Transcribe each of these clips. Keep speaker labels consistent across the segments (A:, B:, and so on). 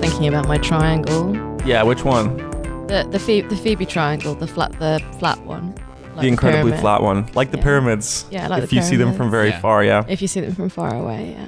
A: thinking about my triangle.
B: Yeah, which one?
A: The the Phoebe, the Phoebe triangle, the flat the flat one. Like
B: the incredibly
A: pyramid.
B: flat one, like the
A: Yeah.
B: pyramids.
A: Yeah, like
B: if
A: the
B: you see them from
A: pyramids.
B: very
C: Yeah.
B: far, yeah.
A: If you see them from far away, yeah.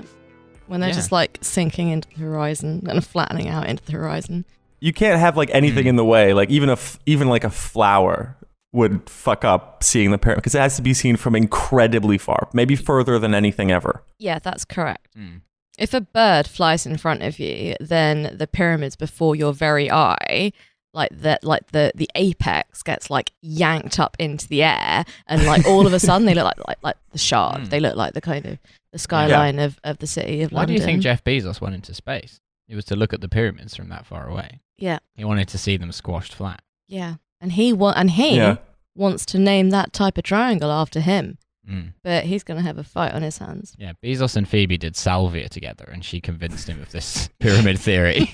A: When they're
C: Yeah.
A: just like sinking into the horizon and flattening out into the horizon.
B: You can't have like anything
C: Mm.
B: in the way. Like even a f- even like a flower would fuck up seeing the pyramid because it has to be seen from incredibly far, maybe further than anything ever.
A: Yeah, that's correct.
C: Mm.
A: If a bird flies in front of you, then the pyramids before your very eye, like the like the the apex gets like yanked up into the air, and like all of a sudden they look like like, like the shard.
C: Mm.
A: They look like the kind of the skyline of, of the city of
C: Why do
A: London.
C: you think Jeff Bezos went into space? It was to look at the pyramids from that far away.
A: Yeah,
C: He wanted to see them squashed flat.
A: yeah, and he wa- and he
B: Yeah.
A: wants to name that type of triangle after him,
C: Mm.
A: but he's gonna have a fight on his hands.
C: Yeah, Bezos and Phoebe did salvia together, and she convinced him of this pyramid theory.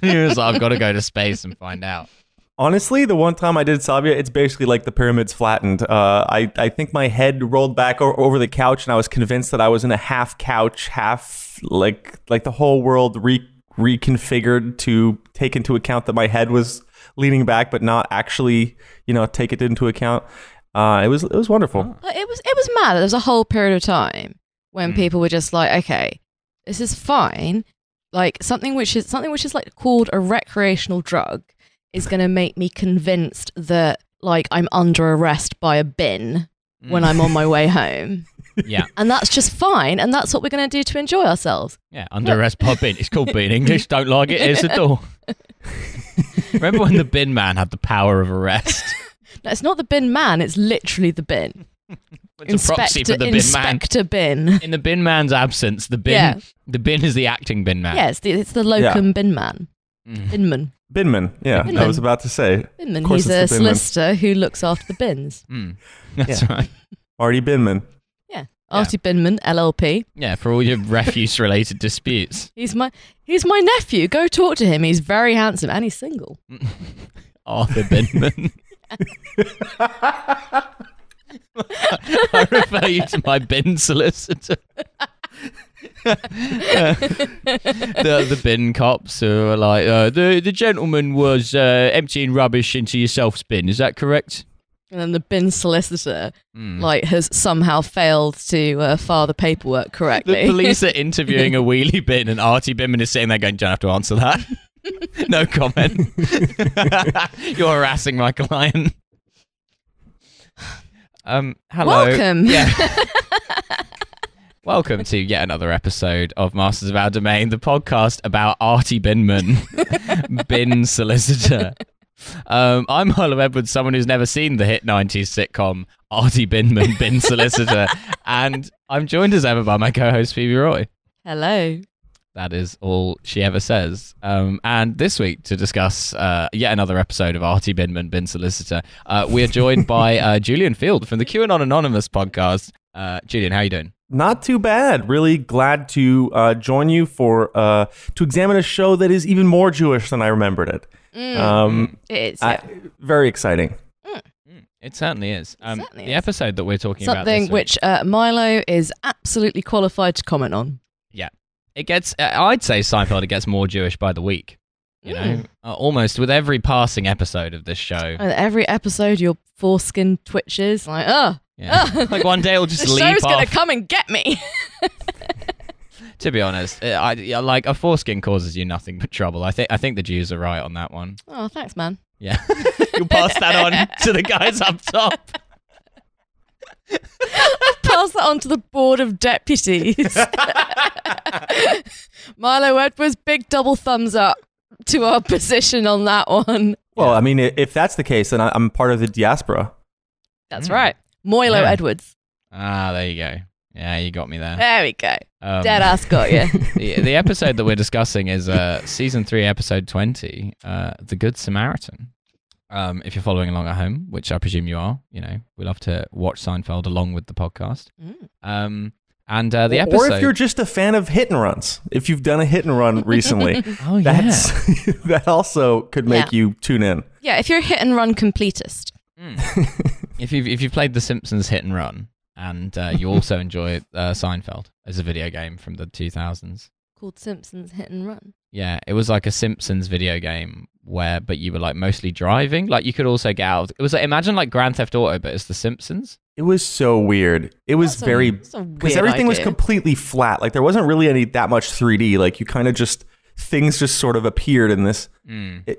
C: he was like, "I've got to go to space and find out."
B: Honestly, the one time I did Savia, it's basically like the pyramids flattened. Uh, I, I think my head rolled back o- over the couch, and I was convinced that I was in a half couch, half like like the whole world re- reconfigured to take into account that my head was leaning back, but not actually, you know, take it into account. Uh, it was it was wonderful.
A: Like, it was it was mad. There was a whole period of time when
C: Mm.
A: people were just like, okay, this is fine. Like something which is something which is like called a recreational drug is going to make me convinced that like I'm under arrest by a bin
C: Hmm.
A: when I'm on my way home,
C: Oh, yeah,
A: and that's just fine. And that's what we're going to do to enjoy ourselves.
C: yeah, under arrest pub bin. It's called bin English. Don't like it. It's a door. Remember when the bin man had the power of arrest?
A: No, it's not the bin man. It's literally the bin.
C: It's a proxy for the bin man.
A: inspector bin.
C: In the bin man's absence, the bin
A: Yeah.
C: the bin is the acting bin man.
A: Yeah, it's the, it's the locum bin man.
C: Mm.
A: Binman.
B: Binman, yeah,
A: Binman.
B: I was about to say
A: Binman.
B: Of course
A: He's a
B: it's the bin man.
A: solicitor who looks after the bins.
C: Mm. That's right.
B: Marty Binman.
A: Yeah. Artie Binman, LLP.
C: Yeah, for all your refuse related disputes.
A: He's my he's my nephew. Go talk to him. He's very handsome and he's single.
C: Arthur Binman. I refer you to my bin solicitor. the, the bin cops who are like, uh, the, the gentleman was uh, emptying rubbish into your self's bin. Is that correct?
A: And then the bin solicitor
C: Hmm.
A: like has somehow failed to uh, file the paperwork
C: The
A: correctly.
C: police are interviewing a wheelie bin, and Artie Binman is sitting there going, "Don't have to answer that. no comment. You're harassing my client." Um, hello.
A: Welcome.
C: Yeah. Welcome to yet another episode of Masters of Our Domain, the podcast about Artie Binman, bin solicitor. Um, I'm Harlow Edwards, someone who's never seen the hit 90s sitcom Artie Binman, Bin Solicitor, and I'm joined as ever by my co host Phoebe Roy.
A: Hello.
C: That is all she ever says. Um, and this week, to discuss uh, yet another episode of Artie Binman, Bin Solicitor, uh, we are joined by uh, Julian Field from the QAnon Anonymous podcast. Uh, Julian, how you doing?
B: Not too bad. Really glad to uh, join you for uh, to examine a show that is even more Jewish than I remembered it.
C: Mm. Uh,
B: Um,
A: Hmm, It's
B: I, very exciting.
C: Mm, It certainly is. Um,
A: certainly
C: the
A: is.
C: episode that we're talking about this
A: something
C: week-
A: which uh, Milo is absolutely qualified to comment on.
C: it gets uh, i'd say seinfeld it gets more jewish by the week you know
A: Mm.
C: uh, almost with every passing episode of this show
A: And every episode, your foreskin twitches like, oh,
C: yeah.
A: oh.
C: like one day it'll just
A: the show's
C: leap
A: gonna
C: off
A: come and get me.
C: to be honest uh, I, yeah, like a foreskin causes you nothing but trouble i think i think the jews are right on that one
A: oh, thanks, man.
C: yeah you'll pass that on to the guys up top
A: pass that on to the board of deputies. Milo Edwards, big double thumbs up to our position on that one.
B: Well, I mean, i- if that's the case, then I- I'm part of the diaspora.
A: That's
C: Mm.
A: right. Moilo
C: Yeah.
A: Edwards.
C: ah there you go yeah you got me there
A: There we go.
C: um,
A: Dead ass got you.
C: the, the episode that we're discussing is uh, season three, episode 20, uh, The Good Samaritan. Um, if you're following along at home, which I presume you are, you know, we love to watch Seinfeld along with the podcast.
A: Mm.
C: Um, and uh, the
B: Or-
C: episode.
B: Or if you're just a fan of hit and runs, if you've done a hit and run recently,
C: oh, yeah.
B: that's that also could make you tune in.
A: Yeah, if you're a hit and run completist.
C: Mm. if, you've, if you've played The Simpsons Hit and Run and uh, you also enjoy uh, Seinfeld as a video game from the 2000s,
A: called Simpsons Hit and Run.
C: Yeah, it was like a Simpsons video game where, but you were like mostly driving. Like you could also get out. Of, it was like imagine like Grand Theft Auto, but it's the Simpsons.
B: It was so weird. It was
A: That's a-
B: very
A: that's a
B: because
A: weird
B: everything was
A: idea.
B: completely flat. Like there wasn't really any that much 3D. Like you kind of just things just sort of appeared in this
C: Mm.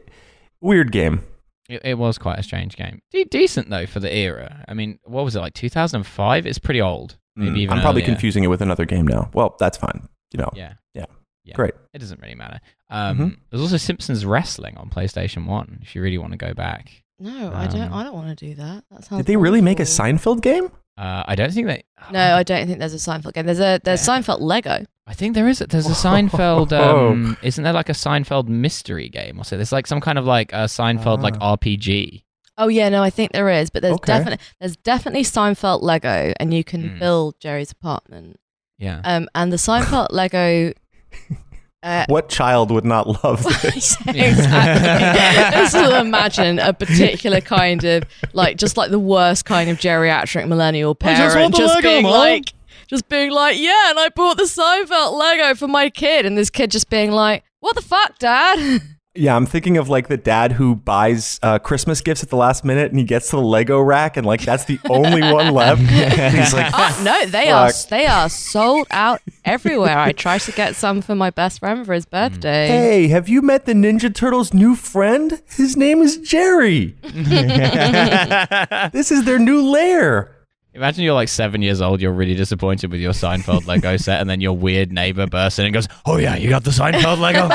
B: weird game.
C: It, it was quite a strange game. De- decent though for the era. I mean, what was it like? Two thousand and five. It's pretty old.
B: Mm,
C: Maybe even.
B: I'm probably
C: earlier.
B: confusing it with another game now. Well, that's fine. You know,
C: Yeah.
B: Yeah.
C: Yeah.
B: Great.
C: It doesn't really matter. Um,
B: Mm-hmm.
C: There's also Simpsons Wrestling on PlayStation One. If you really want to go back,
A: No, I don't.
C: Um,
A: I don't want to do that. That sounds.
B: did they really make a
A: awful.
B: Seinfeld game?
C: uh, I don't think that.
A: No, I don't think there's a Seinfeld game. There's a there's
C: Yeah.
A: Seinfeld Lego.
C: I think there is. There's a Seinfeld. Um, isn't there like a Seinfeld mystery game or so? There's like some kind of like a Seinfeld like
B: Ah.
C: RPG.
A: Oh yeah, no, I think there is, but there's
B: Okay.
A: definitely there's definitely Seinfeld Lego, and you can
C: Hmm.
A: build Jerry's apartment.
C: Yeah.
A: Um, and the Seinfeld Lego. Uh,
B: What child would not love this?
A: Yeah, exactly. Just to imagine a particular kind of like just like the worst kind of geriatric millennial
C: I just
A: parent
C: want the Lego,
A: being
C: Mom.
A: like just being like, Yeah, and I bought the Seinfeld Lego for my kid and this kid just being like, What the fuck, Dad?
B: yeah, I'm thinking of like the dad who buys uh, Christmas gifts at the last minute and he gets to the Lego rack and like that's the only one left. He's like,
A: Oh, no, they are
B: Fuck.
A: they are sold out everywhere. I tried to get some for my best friend for his
C: Hmm.
A: birthday.
B: Hey, have you met the Ninja Turtles' new friend? His name is Jerry. this is their new lair.
C: Imagine you're like seven years old. You're really disappointed with your Seinfeld Lego set, and then your weird neighbor bursts in and goes, "Oh yeah, you got the Seinfeld Lego.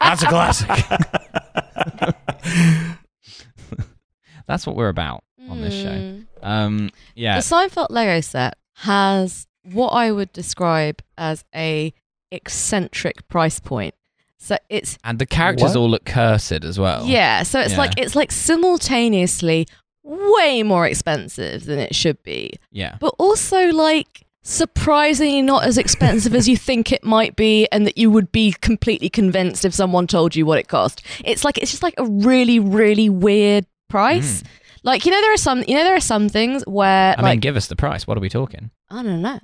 C: That's a classic." That's what we're about on this show.
A: Mm.
C: Um, yeah.
A: The Seinfeld Lego set has what I would describe as a eccentric price point. So it's
C: And the characters
B: What?
C: all look cursed as well.
A: yeah, so it's
C: Oh. Yeah.
A: like it's like simultaneously way more expensive than it should be,
C: Yeah.
A: but also like surprisingly not as expensive as you think it might be and that you would be completely convinced if someone told you what it cost. It's like it's just like a really really weird price. Like you know there are some you know there are some things where
C: Hmm. I
A: like
C: mean, give us the price. What are we talking?
A: I don't know.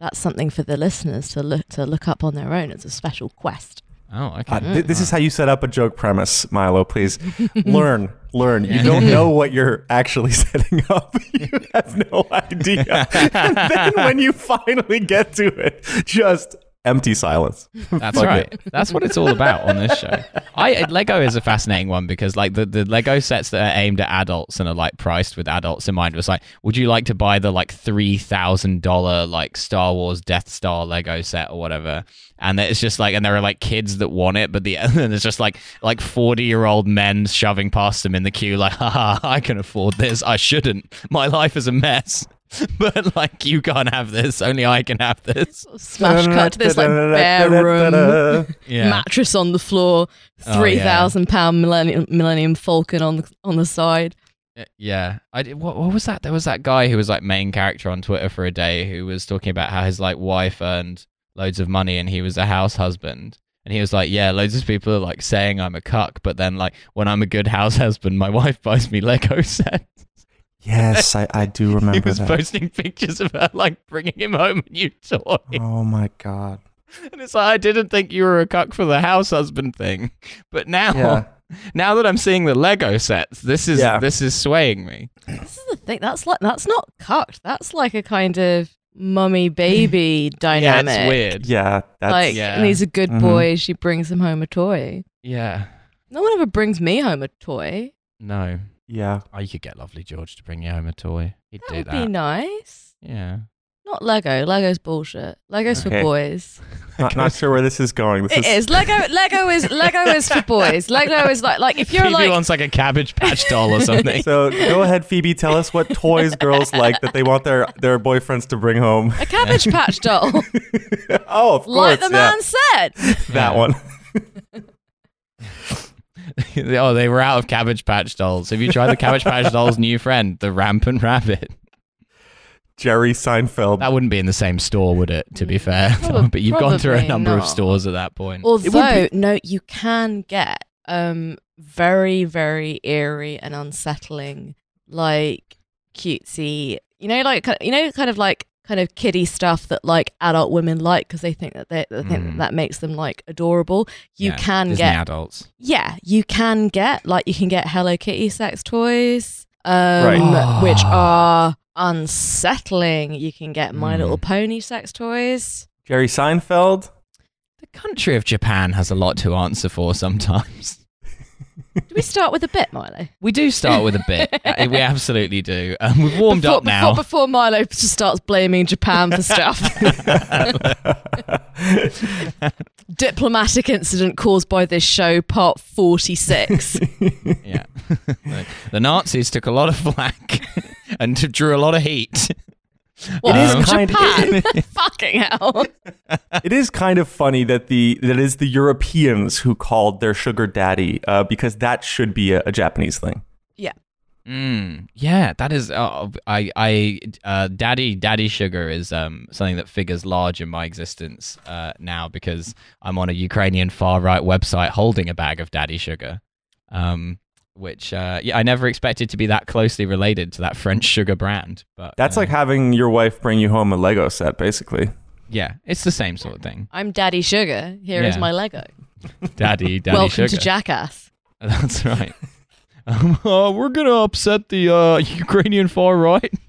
A: That's something for the listeners to look to look up on their own. It's a special quest.
C: Oh, okay.
B: Uh,
A: Mm-hmm.
B: th- this is how you set up a joke premise, Milo. Please learn, learn.
C: Yeah.
B: You don't know what you're actually setting up. you have no idea. and then when you finally get to it, just empty silence.
C: That's
B: Fuck
C: right.
B: it.
C: That's what it's all about on this show. I uh, Lego is a fascinating one because like the, the Lego sets that are aimed at adults and are like priced with adults in mind was like, would you like to buy the like three thousand dollar like Star Wars Death Star Lego set or whatever? And it's just like, and there are like kids that want it, but the and it's just like like forty year old men shoving past them in the queue, like, haha, I can afford this. I shouldn't. My life is a mess. But like, you can't have this. Only I can have this.
A: Smash cut to this like bare room,
C: Yeah.
A: mattress on the floor,
C: Oh, yeah.
A: three thousand pound millennium Millennium Falcon on the, on the side.
C: Y- Uh, Yeah, I did, what what was that? There was that guy who was like main character on Twitter for a day who was talking about how his like wife earned loads of money and he was a house husband. And he was like, "Yeah, loads of people are like saying I'm a cuck, but then like when I'm a good house husband, my wife buys me Lego sets."
B: Yes, I, I do
C: He
B: remember
C: was
B: that.
C: posting pictures of her like bringing him home a new toy,
B: oh my god.
C: and it's like I didn't think you were a cuck for the house husband thing, but now,
B: Yeah.
C: now that I'm seeing the Lego sets, this is
B: Yeah.
C: this is swaying me.
A: This is the thing. That's like that's not cucked. That's like a kind of mummy baby dynamic.
C: Yeah, it's weird.
B: Yeah, that's
A: like,
C: yeah. Mm-hmm.
A: and he's a good
B: Mhm.
A: boy. She brings him home a toy.
C: Yeah,
A: No one ever brings me home a toy.
C: no.
B: yeah.
C: Oh, you could get lovely George to bring you home a toy. He'd
A: That
C: do
A: would
C: that.
A: be nice.
C: yeah.
A: Not Lego. Lego's bullshit. Lego's
B: Okay.
A: for boys.
B: Not, not sure where this is going. This
A: It is Lego. Lego is Lego is for boys. Lego is like like if you're
C: Phoebe
A: like
C: wants like a cabbage patch doll or something.
B: So go ahead, Phoebe. Tell us what toys girls like that they want their, their boyfriends to bring home.
A: a cabbage patch doll,
B: oh, of
A: like the
B: course,
A: man said.
B: yeah, that one.
C: oh, they were out of cabbage patch dolls. Have you tried the cabbage patch doll's new friend, the rampant rabbit?
B: Jerry Seinfeld.
C: That wouldn't be in the same store, would it? To be fair,
A: Probab-
C: but you've gone through a
A: probably
C: number of
A: not.
C: stores at that point.
A: Although no, you can get um very very eerie and unsettling like cutesy. You know like ki- you know kind of like kind of kiddie stuff that like adult women like because they think that they, they think that,
C: Mm.
A: that makes them like adorable. You
C: Yeah,
A: can
C: Disney
A: get
C: adults.
A: yeah, you can get like you can get Hello Kitty sex toys, um,
B: Right.
A: which are unsettling. You can get My
C: Ah. Mm.
A: Little Pony sex toys.
B: Jerry Seinfeld.
C: The country of Japan has a lot to answer for sometimes.
A: Do we start with a bit, Milo?
C: We do start with a bit. Uh, we absolutely do. Um, we've warmed
A: before,
C: up now.
A: Before, before Milo just starts blaming Japan for stuff, diplomatic incident caused by this show, part forty-six.
C: yeah. Like, the Nazis took a lot of flack and drew a lot of heat.
A: What,
C: It is
A: from
B: kind-
A: Japan? Fucking hell!
B: it is kind of funny that the that is the Europeans who called their sugar daddy uh, because that should be a, a Japanese thing.
C: Mm, yeah, that is. Uh, I, I, uh, daddy, daddy sugar is um, something that figures large in my existence uh, now because I'm on a Ukrainian far right website holding a bag of daddy sugar, um, which uh, yeah, I never expected to be that closely related to that French sugar brand. But
B: That's
C: uh,
B: like having your wife bring you home a Lego set, basically.
C: yeah, it's the same sort of thing.
A: I'm Daddy Sugar. Here is
C: Yeah.
A: my Lego.
C: Daddy, daddy
A: Welcome
C: sugar.
A: to Jackass.
C: That's right. um, uh, we're gonna upset the uh, Ukrainian far right.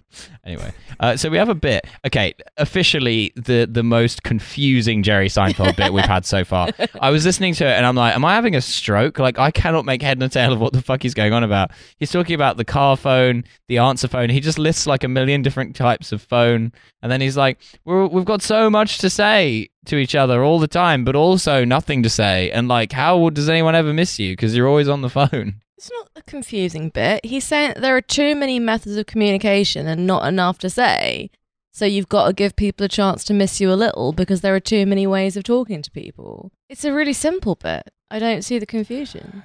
C: Anyway, uh, so we have a bit. Okay, officially the the most confusing Jerry Seinfeld bit we've had so far. I was listening to it and I'm like, am I having a stroke? Like I cannot make head nor tail of what the fuck he's going on about. He's talking about the car phone, the answer phone. He just lists like a million different types of phone, and then he's like, we're, we've got so much to say to each other all the time, but also nothing to say. And like, how does anyone ever miss you? Because you're always on the phone.
A: It's not the confusing bit. He's saying that there are too many methods of communication and not enough to say. So you've got to give people a chance to miss you a little because there are too many ways of talking to people. It's a really simple bit. I don't see the confusion.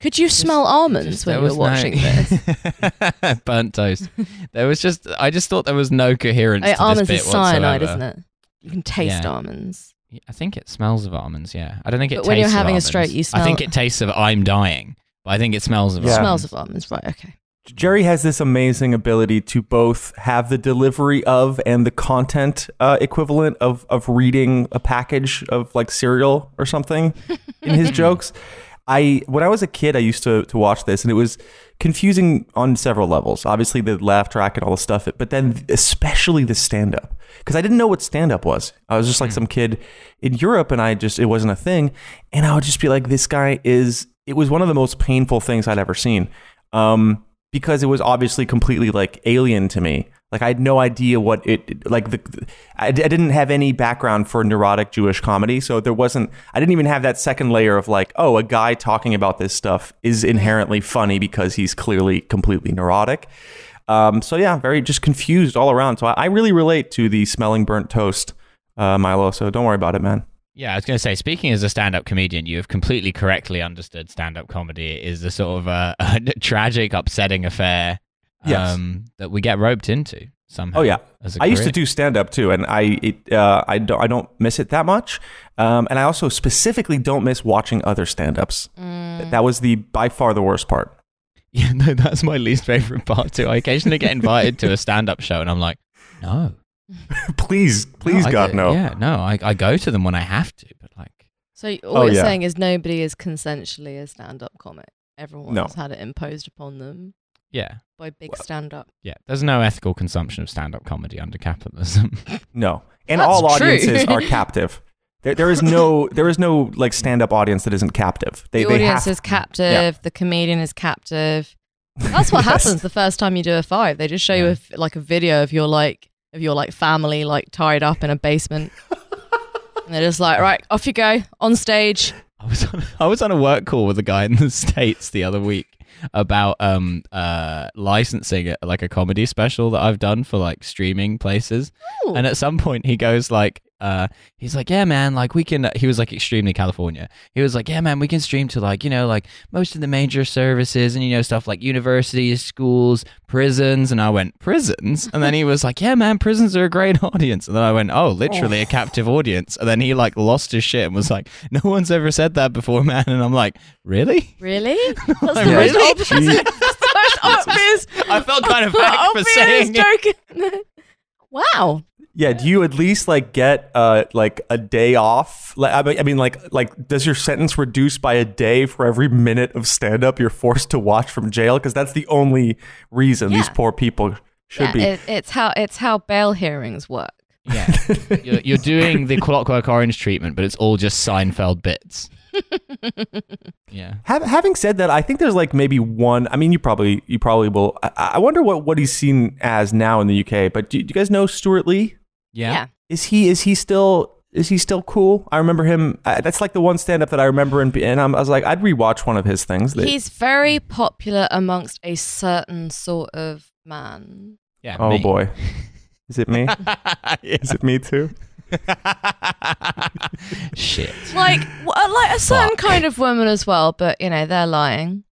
A: Could you smell almonds
C: Just-
A: when
C: there
A: you were
C: was
A: watching
C: no-
A: this?
C: Burnt toast. There was just, I just thought there was no coherence.
A: Hey,
C: to
A: almonds
C: this
A: is
C: bit
A: cyanide,
C: whatsoever.
A: isn't it? You can taste
C: Yeah.
A: almonds.
C: I think it smells of almonds. Yeah, I don't think it.
A: But
C: tastes
A: when you're
C: of
A: having a
C: almonds.
A: stroke, you
C: I think
A: smell-
C: it tastes of I'm dying, but I think it smells of
B: Yeah.
A: Smells of almonds, right? Okay.
B: Jerry has this amazing ability to both have the delivery of and the content uh, equivalent of of reading a package of like cereal or something in his jokes. I when I was a kid, I used to to watch this, and it was confusing on several levels. Obviously, the laugh track and all the stuff, but then especially the stand up because I didn't know what stand up was. I was just like some kid in Europe, and I just it wasn't a thing, and I would just be like, this guy is. It was one of the most painful things I'd ever seen. Um, because it was obviously completely like alien to me. Like I had no idea what it like. The I, I didn't have any background for neurotic Jewish comedy, so there wasn't. I didn't even have that second layer of like, oh, a guy talking about this stuff is inherently funny because he's clearly completely neurotic. Um, so yeah, very just confused all around. So I, I really relate to the smelling burnt toast, uh, Milo. So don't worry about it, man.
C: Yeah, I was going to say, speaking as a stand-up comedian, you have completely correctly understood stand-up comedy is the sort of uh, tragic, upsetting affair
B: Yes.
C: um, that we get roped into somehow.
B: Oh yeah,
C: as a
B: I used to
C: career.
B: do stand up too, and I it, uh, I don't I don't miss it that much, um, and I also specifically don't miss watching other stand ups.
A: Mm.
B: That was the by far the worst part.
C: Yeah, no, that's my least favorite part too. I occasionally get invited to a stand-up show, and I'm like, no,
B: please, please,
C: No, I
B: God
C: go-
B: no.
C: Yeah, no, I, I go to them when I have to, but like,
A: So y- all
B: Oh,
A: you're
B: yeah.
A: saying is nobody is consensually a stand-up comic. Everyone's
B: No.
A: had it imposed upon them
C: yeah,
A: by big
B: Well,
A: stand-up.
C: yeah. There's no ethical consumption of stand-up comedy under capitalism.
B: no, and
A: That's
B: all
A: true.
B: audiences are captive. There, there is no there is no like stand up audience that isn't captive. They,
A: the
B: they
A: audience
B: have,
A: is captive. The comedian is captive. That's what
B: Yes.
A: happens the first time you do a five. They just show you a
C: Yeah.
A: f like a video of your like of your like family like tied up in a basement, and they're just like, right, off you go on stage.
C: I was on, I was on a work call with a guy in the states the other week about um uh licensing uh, like a comedy special that I've done for like streaming places.
A: Ooh.
C: And at some point he goes like uh he's like yeah man like we can he was like extremely California. He was like yeah man we can stream to like you know like most of the major services and you know stuff like universities, schools, prisons and I went prisons and then he was like yeah man prisons are a great audience and then I went oh literally a captive audience and then he like lost his shit and was like no one's ever said that before man and I'm like really?
A: Really? That's the most
C: Really?
A: obvious. that's the most obvious.
C: I felt kind of
A: the
C: hacked for
A: obvious
C: saying it.
A: joke. wow.
B: Yeah, do you at least like get uh like a day off? Like I mean, I mean like like does your sentence reduce by a day for every minute of stand up you're forced to watch from jail because that's the only reason these
A: Yeah.
B: poor people should
A: yeah,
B: be.
A: It, it's how it's how bail hearings work.
C: Yeah. you're, you're doing the Clockwork Orange treatment, but it's all just Seinfeld bits. yeah.
B: Hav having said that, I think there's like maybe one. I mean, you probably you probably will. I, I wonder what what he's seen as now in the UK. But do, do you guys know Stuart Lee?
C: Yeah.
A: Yeah.
B: Is he is he still is he still cool? I remember him. Uh, that's like the one stand up that I remember, and and I'm, I was like, I'd rewatch one of his things. That,
A: He's very popular amongst a certain sort of man.
C: Yeah,
B: oh
C: me.
B: boy, is it me? Is it me too?
C: Shit.
A: Like w- uh, like a certain
C: Fuck.
A: kind of woman as well, but you know, they're lying.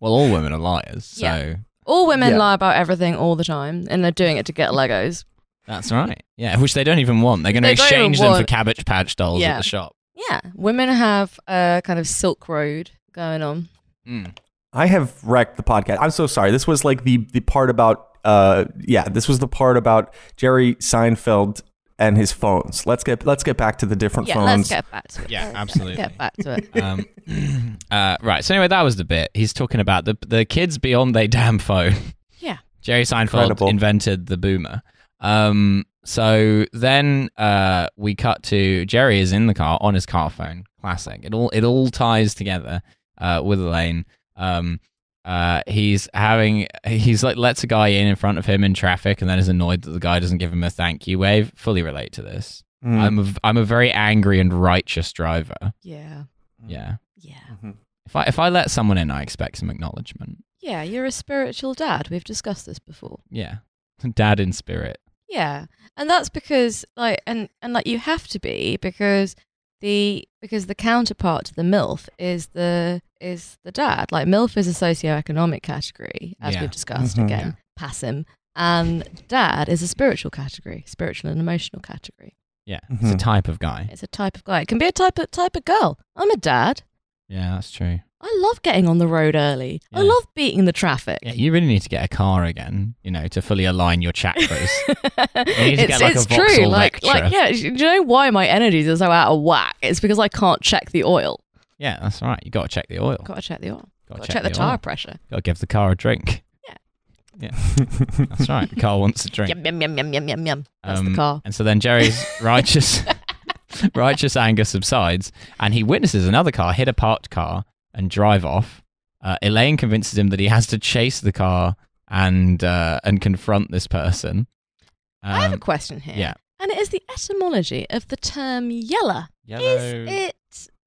C: Well, all women are liars, so
A: Yeah. All women
B: Yeah.
A: lie about everything all the time and they're doing it to get Legos.
C: that's right. Yeah, which they don't even want. They're going to
A: They don't even
C: exchange them for
A: want-
C: Cabbage Patch dolls at
A: Yeah.
C: the shop.
A: Yeah, women have a kind of Silk Road going on.
C: Mm.
B: I have wrecked the podcast. I'm so sorry. This was like the the part about uh yeah, this was the part about Jerry Seinfeld and his phones. Let's get let's get back to the different
A: Yeah, let's
B: phones.
A: get back to it.
C: Yeah,
A: Let's
C: absolutely.
A: Get back to it.
C: um, uh, right. So anyway, that was the bit. He's talking about the the kids beyond their damn phone.
A: Yeah.
C: Jerry Seinfeld
B: Incredible.
C: invented the boomer. Um, so then uh, we cut to Jerry is in the car on his car phone. Classic. It all it all ties together uh, with Elaine. Um, uh, he's having he's like lets a guy in in front of him in traffic, and then is annoyed that the guy doesn't give him a thank you wave. Fully relate to this.
B: Mm.
C: I'm a, I'm a very angry and righteous driver.
A: Yeah.
B: Mm.
C: Yeah.
A: Yeah.
B: Mhm.
C: If I if I let someone in, I expect some acknowledgement.
A: Yeah, you're a spiritual dad. We've discussed this before.
C: Yeah, dad in spirit.
A: Yeah. And that's because like and and like you have to be because the because the counterpart to the MILF is the is the dad. Like MILF is a socioeconomic category, as
C: Yeah.
A: we've discussed
B: Mhm.
A: again. Pass him. And dad is a spiritual category, spiritual and emotional category.
C: Yeah, it's a
B: Mhm.
C: type of guy.
A: It's a type of guy. It can be a type of type of girl. I'm a dad.
C: Yeah, that's true.
A: I love getting on the road early. I
C: Yeah.
A: love beating the traffic.
C: Yeah, you really need to get a car again, you know, to fully align your chakras. need to
A: it's
C: get, like, a
A: it's
C: Vauxhall
A: true. Like,
C: Vectra.
A: like, yeah. Do you know why my energies are so out of whack? It's because I can't check the oil.
C: yeah, that's right. You got to check the oil.
A: Got to check the oil.
C: Got
A: Got to check, the, tire pressure.
C: Got to give the car a drink.
A: Yeah.
C: yeah, that's right. The car wants a drink.
A: Yum yum yum yum yum yum yum. That's
C: Um,
A: the car.
C: And so then Jerry's righteous righteous anger subsides, and he witnesses another car hit a parked car and drive off. Uh, Elaine convinces him that he has to chase the car and uh, and confront this person.
A: I have a
C: Um,
A: question here.
C: yeah.
A: And it is the etymology of the term yeller. Is
C: yellow.
A: it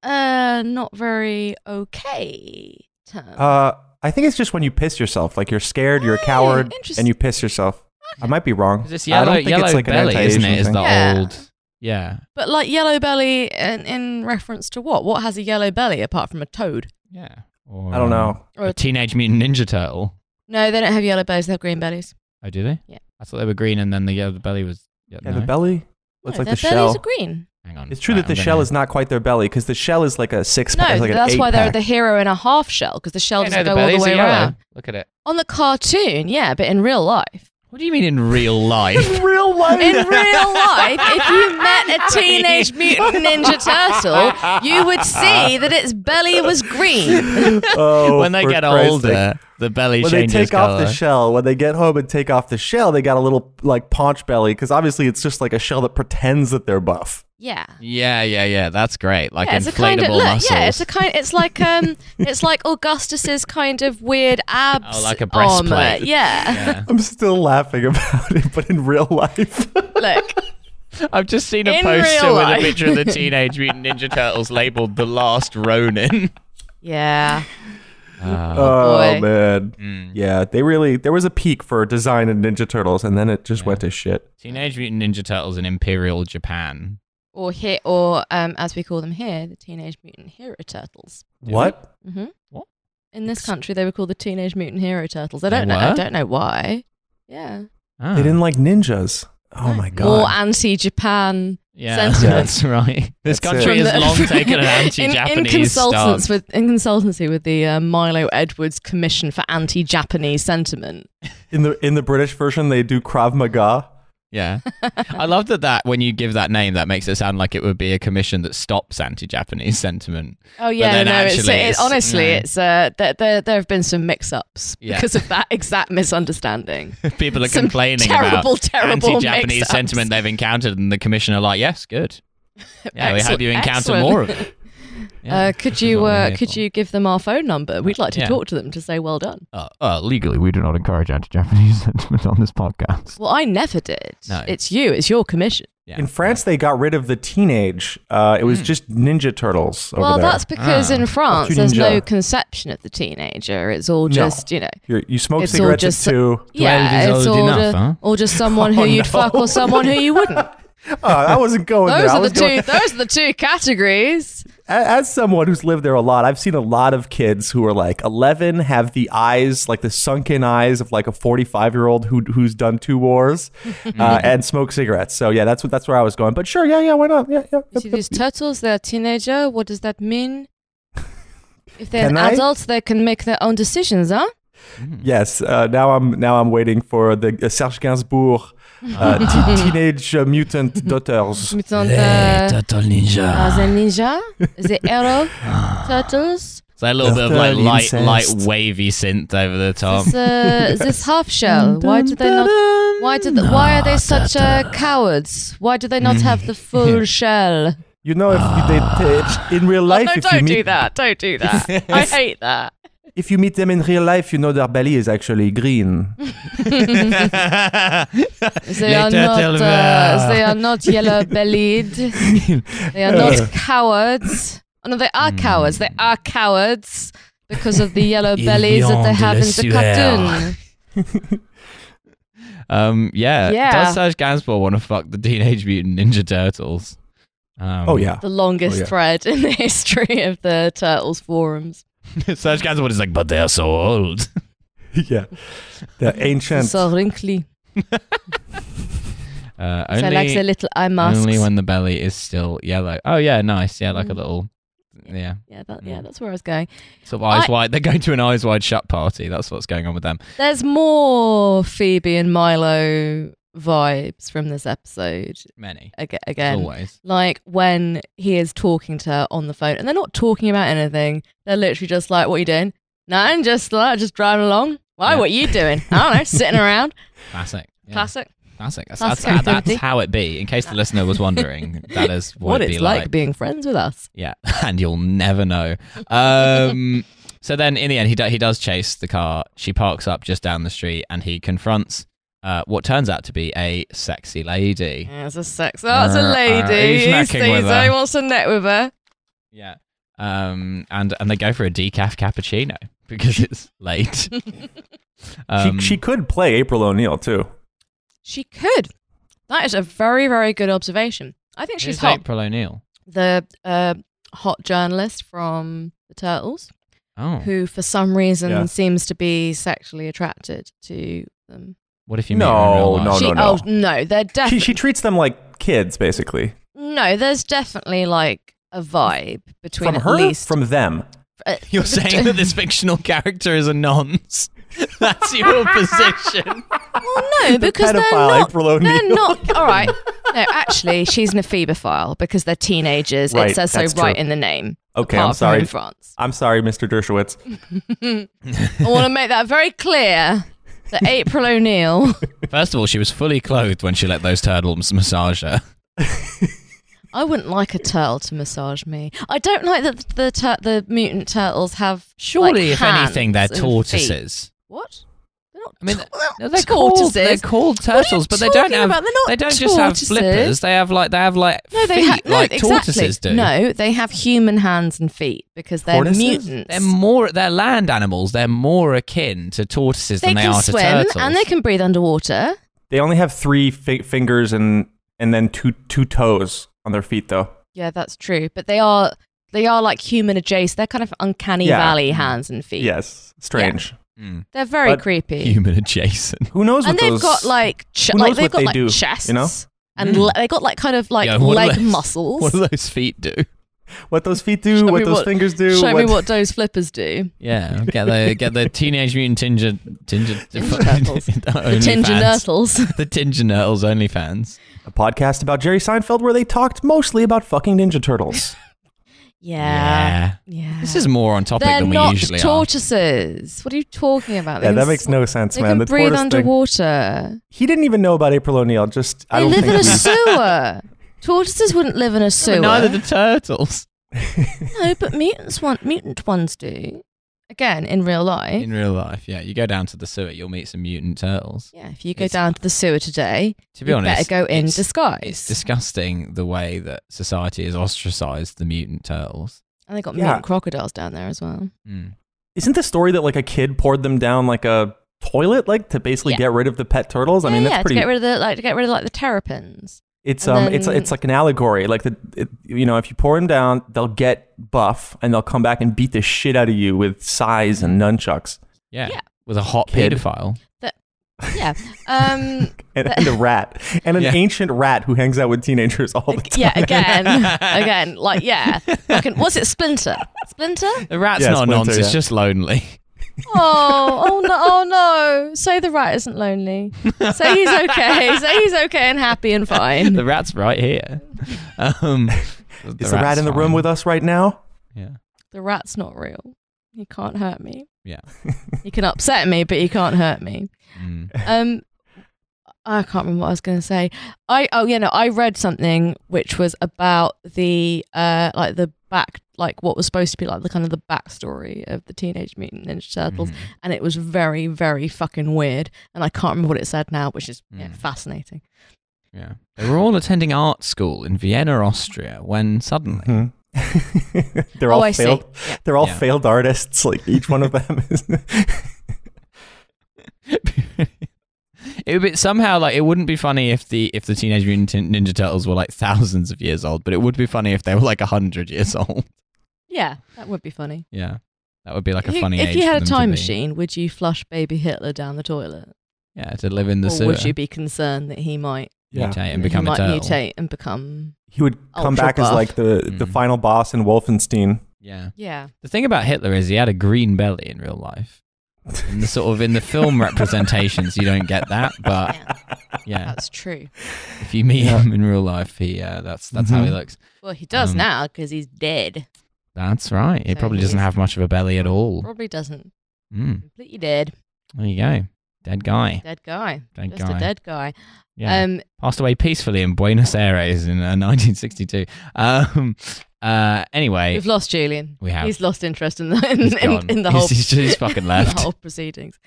A: uh not very okay term?
B: Uh, I think it's just when you piss yourself. Like you're scared, you're a
A: Oh,
B: coward, and
A: interesting.
B: you piss yourself. I might be wrong.
C: Is this
B: I
C: yellow,
B: don't think
C: yellow
B: it's like
C: belly,
B: an
C: isn't
B: anti-Asian
C: it? Is the
B: thing.
A: Yeah.
C: old. Yeah.
A: But like yellow belly, in, in reference to what? What has a yellow belly apart from a toad?
C: Yeah. Or,
B: I don't
C: um,
B: know.
A: Or
C: A
A: a
C: Teenage Mutant Ninja Turtle.
A: no, they don't have yellow bellies. They have green bellies.
C: Oh, do they?
A: Yeah.
C: I thought they were green and then the yellow belly was. Yeah,
B: Yeah,
C: no.
B: the belly.
A: No,
B: It's like
A: their
B: the
A: bellies
B: shell.
A: are green.
C: Hang on.
B: It's true
C: Right,
B: that Ah, the
C: I'm gonna-
B: shell is not quite their belly because the shell is like a six.
A: No,
B: pack, like an
A: that's why they're
B: eight-pack.
A: the hero in a half shell because the shell
C: Yeah, no,
A: doesn't
C: the
A: go all the
C: bellies are
A: way
C: yellow.
A: around.
C: Look at it.
A: On the cartoon, yeah, but in real life.
C: What do you mean in real life?
B: in real life.
A: In real life, if you met a teenage mutant ninja turtle, you would see that its belly was green.
B: oh,
C: when they
B: for
C: get
B: Christ's
C: older,
B: sake.
C: the belly
B: When they
C: changes
B: take off
C: color.
B: the shell, when they get home and take off the shell, they got a little like paunch belly because obviously it's just like a shell that pretends that they're buff.
A: Yeah.
C: yeah, yeah, yeah. That's great. Like
A: yeah,
C: inflatable
A: it's a kind of look,
C: muscles.
A: yeah, it's a kind it's like um it's like Augustus's kind of weird abs
C: Oh, like a
A: armor.
C: breastplate.
A: Yeah.
B: I'm still laughing about it, but in real life.
A: look.
C: Yeah. I've just seen a
A: In
C: poster
A: real
C: with a
A: life.
C: picture of the Teenage Mutant Ninja Turtles labeled "The Last Ronin."
A: Yeah.
B: Oh
A: boy.
B: man.
C: Mm.
B: Yeah, they really there was a peak for design in Ninja Turtles and then it just went to shit.
C: Teenage Mutant Ninja Turtles in Imperial Japan.
A: Or here or um as we call them here, the teenage mutant hero turtles.
B: What?
A: Mm-hmm.
C: What?
A: In this country they were called the teenage mutant hero turtles. I
C: They
A: don't know I
C: were?
A: don't know why. Yeah.
C: Ah.
B: They didn't like ninjas. Oh my
A: More
B: god.
A: anti-Japan
C: Oh, Yeah,
A: Sentiment.
C: that's right. This
B: That's
C: country
A: from
C: has
A: the-
C: long taken an
A: in,
C: anti-Japanese
A: in consultance
C: stance.
A: with in consultancy with the uh, Milo Edwards Commission for Anti-Japanese Sentiment.
B: In the in the British version, they do Krav Maga.
C: yeah, I love that. That when you give that name, that makes it sound like it would be a commission that stops anti-Japanese sentiment.
A: Oh yeah,
C: then
A: no, it's,
C: actually
A: it-
C: it's-
A: honestly,
C: no.
A: it's uh, there, there there have been some mix-ups
C: Yeah.
A: because of that exact misunderstanding.
C: People are
A: Some
C: complaining
A: terrible,
C: about
A: terrible
C: anti-Japanese
A: mix-ups.
C: sentiment they've encountered, and the commission are like, "Yes, good. Yeah, we hope
A: Excellent-
C: you encounter
A: excellent.
C: more of it." Yeah,
A: Uh,
C: this
A: could
C: is what
A: you
C: we're
A: uh,
C: here
A: could
C: for.
A: you give them our phone number? We'd like to
C: Yeah.
A: talk to them to say well done.
C: Uh, uh, legally, we do not encourage anti-Japanese sentiment on this podcast.
A: Well, I never did.
C: No.
A: It's you. It's your commission.
C: Yeah. Hmm.
B: In France, they got rid of the teenage. Uh, it was just Ninja Turtles over
A: well,
B: there.
A: that's because
C: Ah.
A: in France
B: Two
A: there's no
B: ninja.
A: conception of the teenager. It's all
B: No.
A: just you know.
B: You're, you smoke
A: It's all
B: cigarettes
A: just-
B: at two.
A: Yeah,
C: is
A: it's
C: old
A: all
C: enough,
A: just,
C: huh?
A: or just someone who
B: Oh,
A: you'd
B: no.
A: fuck or someone who you wouldn't.
B: Oh, I wasn't going there.
A: Those
B: I
A: are the
B: was
A: two.
B: going-
A: Those are the two categories.
B: A- as someone who's lived there a lot, I've seen a lot of kids who are like 11 have the eyes, like the sunken eyes of like a 45 year old who, who's done two wars uh, and smoke cigarettes. So yeah, that's what that's where I was going. But sure, yeah, yeah, why not? Yeah, yeah.
A: You see these turtles, they're a teenager. What does that mean? If they're
B: Can I?
A: adults, they can make their own decisions, huh?
C: Mm.
B: Yes. Uh, now I'm now I'm waiting for the uh, Serge Gainsbourg uh, t- teenage uh, mutant daughters.
A: Mutant,
C: Hey,
A: uh,
C: Turtle
A: are
C: Ninja.
A: they ninja? The arrow turtles?
C: It's like a little bit of like
B: Turtle
C: light,
B: incest.
C: light wavy synth over the
B: Um,
C: top.
A: This, uh, this half shell. Why do they not? Why do they, Why are they such uh, cowards? Why do they not
B: Mm.
A: have the full shell?
B: You know, if you, they, in real life,
A: Oh, no,
B: if you
A: don't
B: meet
A: do that. Don't do that. I hate that.
B: if you meet them in real life, you know their belly is actually green.
A: They are
C: Later,
A: not.
C: Telva.
A: Uh, they are not yellow bellied. they are not cowards. Oh, no, they
B: Hmm.
A: are cowards. They are cowards because of the yellow
C: Ils
A: bellies that they
C: viennent de
A: have
C: la
A: in the
C: sueur.
A: cartoon.
B: Ah.
C: um, yeah.
A: Yeah.
C: Does Serge Gainsbourg want to fuck the Teenage Mutant Ninja Turtles? Um,
B: Oh yeah.
A: The longest
B: Oh, yeah.
A: thread in the history of the turtles forums.
C: Serge Gainsbourg is like, but they are so old.
B: yeah. The ancient.
A: So wrinkly.
C: Uh,
A: so I
C: only,
A: like the little eye masks.
C: only when the belly is still yellow. Oh yeah, nice. Yeah, like a
A: Mm.
C: little. Yeah,
A: yeah, that, yeah, that's where I was going.
C: sort of eyes
A: I-
C: wide. They're going to an eyes wide shut party. That's what's going on with them.
A: There's more Phoebe and Milo vibes from this episode.
C: Many,
A: Aga- Again,
C: always.
A: like when he is talking to her on the phone and they're not talking about anything they're literally just like what you doing nothing just like just driving along why
C: Yeah.
A: what you doing i don't know sitting around
C: Classic. Yeah.
A: classic
C: Classic. That's,
A: Classic
C: that's, that's
A: activity.
C: how it be. In case the listener was wondering, that is what,
A: what,
C: it'd
A: it's
C: be
A: like, being friends with us
C: Yeah, and you'll never know. Um, so then, in the end, he do- he does chase the car. She parks up just down the street, and he confronts uh, what turns out to be a sexy lady.
B: Mm.
A: yeah, it's a sex oh it's a
C: Uh,
A: lady
C: he's
A: he
C: necking
A: sees
C: with
A: her he
C: her.
A: wants to net with her
C: Yeah. Um, and and they go for a decaf cappuccino because it's late. Um,
B: she, she could play April O'Neil too.
A: she could that is a very very good observation i think she's
C: who's
A: hot
C: April O'Neil.
A: the uh, hot journalist from the turtles
C: Oh,
A: who for some reason
B: Yeah.
A: seems to be sexually attracted to them
C: what if you meet her in real
B: No,
C: life?
B: no,
A: she,
B: no, no.
A: Oh no, they're
B: She,
A: definitely
B: she treats them like kids, basally.
A: no. There's definitely like a vibe between
B: From
A: at
B: her,
A: least.
B: from them.
A: uh,
C: You're saying that this fictional character is a nonce. That's your position.
A: well, no,
B: The
A: because they're
B: pedophile
A: not.
B: April O'Neil.
A: They're not. All right. No, actually, she's an ephebophile because they're teenagers. it
B: Right,
A: says so
B: that's
A: right
B: true.
A: in the name.
B: Okay,
A: apart
B: I'm
A: from
B: sorry.
A: In France,
B: I'm sorry, Mr. Dershowitz.
A: I want to make that very clear. That April O'Neil.
C: First of all, she was fully clothed when she let those turtles massage her.
A: I wouldn't like a turtle to massage me. I don't like that the the, tur- the mutant turtles have.
C: Surely,
A: like,
C: if anything, they're
A: hands and feet.
C: tortoises.
A: What? They're not.
C: I mean,
A: tur-
C: they're Called,
A: tortoises.
C: they're called
A: are you
C: turtles, but they don't
A: talking
C: have.
A: about? They're not
C: they don't just have
A: tortoises.
C: flippers. They have like they have like
A: No, they
C: feet
A: have no,
C: like
A: exactly.
C: tortoises do.
A: No, they have human hands and feet because they're
B: Tortoises?
A: mutants.
C: They're more they're land animals. They're more akin to tortoises
A: They
C: than they
A: can
C: are to
A: swim
C: turtles.
A: and they can breathe underwater.
B: They only have three fi- fingers and and then two two toes on their feet, though.
A: Yeah, that's true. But they are they are like human adjacent. They're kind of uncanny
B: Yeah.
A: valley hands and feet.
B: Yes, strange.
C: Mm.
A: They're very
B: But
A: creepy.
C: Human adjacent.
B: Who knows?
A: and
B: what
A: they've
B: those-
A: got like, ch-
B: who knows
A: like they've
B: what
A: got
B: they
A: like
B: do, you
A: chests,
B: know?
A: and
C: Mm.
A: le- they got like kind of like
C: Yeah, what are
A: leg
C: those-
A: muscles.
C: What do those feet do?
B: what those feet do,
A: Show
B: what
A: me
B: those
A: what-
B: fingers do.
A: Show me
B: what-
A: what those flippers do.
C: Yeah, get the get the teenage mutant ninja ninja
A: Ninja Turtles. The
C: only
A: ginger
C: fans.
A: turtles.
C: The Ninja Turtles only fans.
B: a podcast about Jerry Seinfeld where they talked mostly about fucking Ninja Turtles.
A: Yeah. Yeah.
C: This is more on topic
A: They're
C: than we
A: not
C: usually
A: tortoises. What are you talking about? They
B: yeah,
A: can
B: that makes
A: s-
B: no sense,
A: They
B: man.
A: can
B: the
A: breathe
B: tortoise thing-
A: underwater.
B: He didn't even know about April O'Neil. Just I
A: They
B: don't
A: live in
B: think
A: a
B: he-
A: sewer. Tortoises wouldn't live in a
C: are.
A: sewer.
C: Neither the turtles
A: no, but mutants want mutant ones do. Again, in real life.
C: in real life. Yeah, you go down to the sewer, you'll meet some mutant turtles.
A: yeah, if you go
C: It's-
A: down to the sewer today,
C: To be
A: you
C: honest,
A: better go in
C: it's,
A: disguise.
C: it's disgusting the way that society has ostracized the mutant turtles.
A: and they got
B: Yeah.
A: mutant crocodiles down there as well.
C: Mm.
B: Isn't the story that like a kid poured them down like a toilet, like to basically
A: Yeah.
B: get rid of the pet turtles? I mean,
A: yeah,
B: that's
A: yeah,
B: pretty.
A: to get rid of the like to get rid of like the terrapins.
B: It's
A: And
B: um, it's
A: then-
B: it's like an allegory. Like the, it, you know, if you pour them down, they'll get buff and they'll come back and beat the shit out of you with size and nunchucks
C: Yeah.
A: Yeah.
C: With a hot
B: Kid.
C: paedophile.
A: Yeah. Um
B: and, and a rat and an
C: Yeah.
B: ancient rat who hangs out with teenagers all the time.
A: yeah, again. again, like yeah. Fucking what's it, Splinter? Splinter?
C: The rat's
B: Yeah,
C: not
B: Splinter,
C: nonsense, nonce, it's
B: yeah.
C: just lonely.
A: Oh, oh no, oh no. Say the rat isn't lonely. Say he's okay. Say he's okay and happy and fine.
C: the rat's right here. Um,
B: Is the rat in the room with us right now?
C: Yeah.
A: The rat's not real. He can't hurt me.
C: Yeah.
A: He can upset me, but he can't hurt me.
C: Mm.
A: Um I can't remember what I was going to say. I oh yeah, no, I read something which was about the uh like the back like what was supposed to be like the kind of the backstory of the Teenage Mutant Ninja Turtles
C: Mhm.
A: and it was very very fucking weird and I can't remember what it said now, which is yeah,
C: Mm.
A: fascinating.
C: Yeah. They were all attending art school in Vienna, Austria, when suddenly.
B: They're
A: Oh,
B: all
A: I see.
B: failed. They're all
C: Yeah.
B: failed artists. Like each one of them is.
C: it would be somehow like it wouldn't be funny if the if the teenage mutant Tin- ninja turtles were like thousands of years old but it would be funny if they were like a hundred years old
A: Yeah, that would be funny.
C: yeah that would be like
A: if
C: a
A: you,
C: funny
A: if
C: age
A: you
C: for
A: had
C: them
A: a
C: to
A: time
C: be.
A: machine, would you flush baby Hitler down the toilet,
C: yeah to live in the
A: or
C: sewer
A: would you be concerned that he might
C: mutate
A: that
C: and become
A: he
C: a
A: might
C: turtle
A: mutate and become
B: he would come
A: Ultra
B: back as
A: buff.
B: like the the
C: Mm.
B: final boss in Wolfenstein.
C: yeah
A: yeah
C: the thing about hitler is he had a green belly in real life in the sort of in the film representations you don't get that but yeah
A: that's true.
C: if you meet
B: Yeah.
C: him in real life he uh, that's that's how he
A: Mm-hmm.
B: Mhm.
C: looks
A: Well, he does
C: Um,
A: now because he's dead.
C: that's right he
A: So
C: probably
A: he
C: doesn't
A: is-
C: have much of a belly at all
A: Probably doesn't.
C: mm.
A: Completely dead.
C: There you go. Dead guy.
A: Dead guy.
C: Dead
A: Just
C: guy.
A: a dead guy.
C: yeah.
A: Um,
C: Passed away peacefully in Buenos Aires in uh, 1962. Um, uh, anyway,
A: we've lost Julian.
C: we have.
A: He's lost interest in the in,
C: He's
A: in,
C: gone.
A: in the
C: He's-
A: whole
C: he's just fucking
A: in
C: left.
A: the whole proceedings.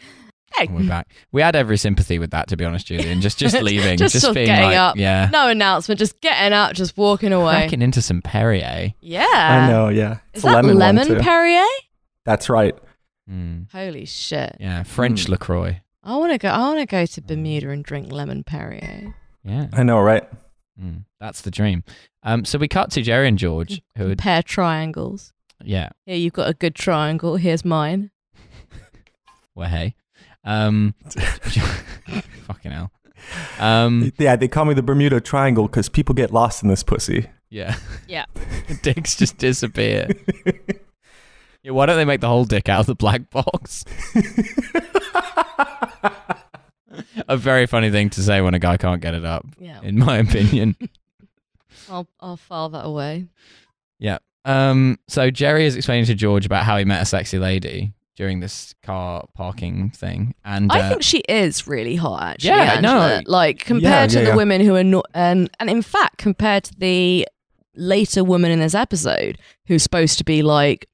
A: Hey,
C: and we're back. We had every sympathy with that, to be honest, Julian. Just just leaving,
A: Just
C: just,
A: sort of
C: being
A: getting
C: like,
A: up.
C: yeah,
A: no announcement. Just getting up, just walking away.
C: cracking into some Perrier.
A: Yeah,
B: I know. Yeah,
A: Is
B: a
A: that lemon,
B: one, too.
A: Perrier?
B: That's right.
C: Mm.
A: Holy shit!
C: Yeah, French
B: Mm.
C: Lacroix.
A: I want to go. I want to go to Bermuda and drink lemon Perrier.
C: Yeah,
B: I know, right?
C: Mm. that's the dream. Um, so we cut to Jerry and George, who had,
A: Compare triangles.
C: yeah,
A: Here you've got a good triangle. Here's mine.
C: well, hey, um, fucking hell, um,
B: Yeah, they call me the Bermuda Triangle because people get lost in this pussy.
C: Yeah.
A: Yeah.
C: the dicks just disappear. yeah, why don't they make the whole dick out of the black box? A very funny thing to say when a guy can't get it up,
A: Yeah,
C: in my opinion.
A: I'll I'll file that away.
C: um, so Jerry is explaining to George about how he met a sexy lady during this car parking thing, and uh,
A: I think she is really hot, actually.
C: Yeah, no.
A: Angela. like compared
B: yeah,
A: to the
B: yeah.
A: women who are not, and and in fact compared to the later woman in this episode who's supposed to be like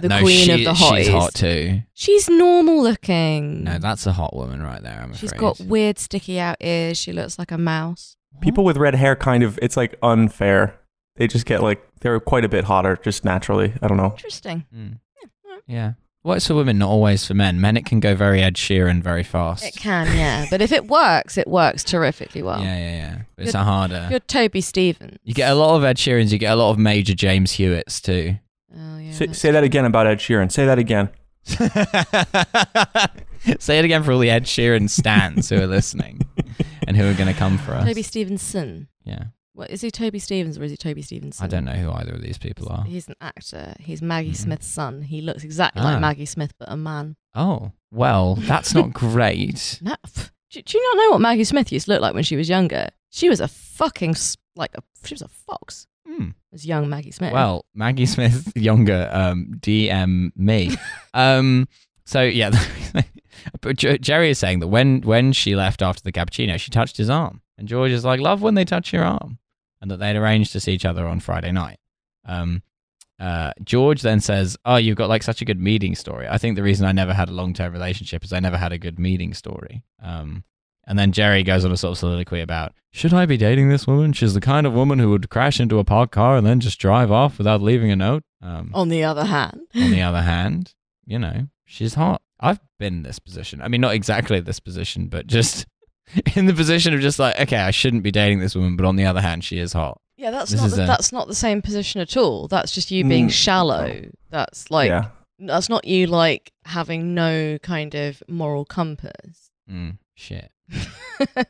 A: the
C: no,
A: queen
C: she-
A: of the hotties.
C: she's hot too.
A: She's normal looking.
C: No, that's a hot woman right there. I'm
A: Mm. She's
C: afraid.
A: got weird sticky out ears. She looks like a mouse.
B: People with red hair, kind of, it's like unfair. They just get like they're quite a bit hotter, just naturally. I don't know.
A: Interesting.
C: Mm.
A: alright.
C: Yeah. What's for women, not always for men. Men, it can go very Ed Sheeran very fast.
A: It can, yeah. but if it works, it works terrifically well.
C: Yeah, yeah, yeah. It's
A: You're-
C: a harder.
A: You're Toby Stevens.
C: You get a lot of Ed Sheerans. You get a lot of major James Hewitts too.
A: Oh yeah.
B: Say,
A: that's
B: say that again about Ed Sheeran. Say that again.
C: Say it again for all the Ed Sheeran stands who are listening and who are going to come for us.
A: Toby Stevenson.
C: yeah.
A: What is he? Toby Stevens or is he Toby Stevenson?
C: I don't know who either of these people are.
A: He's an actor. He's Maggie
C: Mhm.
A: Smith's son. He looks exactly
C: Ah.
A: like Maggie Smith, but a man.
C: Oh, well, that's not great.
A: No, pff, do, do you not know what Maggie Smith used to look like when she was younger? She was a fucking s- like a, she was a fox.
C: Hmm.
A: As young Maggie Smith.
C: Well, Maggie Smith younger, um, DM me. um, so yeah, but Jer- Jerry is saying that when when she left after the cappuccino, she touched his arm, and George is like, "Love when they touch your arm," and that they'd arranged to see each other on Friday night. Um, uh, George then says, "Oh, you've got like such a good meeting story. I think the reason I never had a long term relationship is I never had a good meeting story." Um, and then Jerry goes on a sort of soliloquy about, should I be dating this woman? She's the kind of woman who would crash into a parked car and then just drive off without leaving a note. Um,
A: on the other hand,
C: On the other hand, you know, she's hot. I've been in this position. I mean, not exactly this position, but just in the position of just like, okay, I shouldn't be dating this woman, but on the other hand, she is hot.
A: yeah, that's
C: This
A: not
C: is
A: the,
C: a-
A: that's not the same position at all. That's just you being
B: Mm.
A: shallow. That's like
B: yeah.
A: that's not you like having no kind of moral compass.
C: Mm, shit.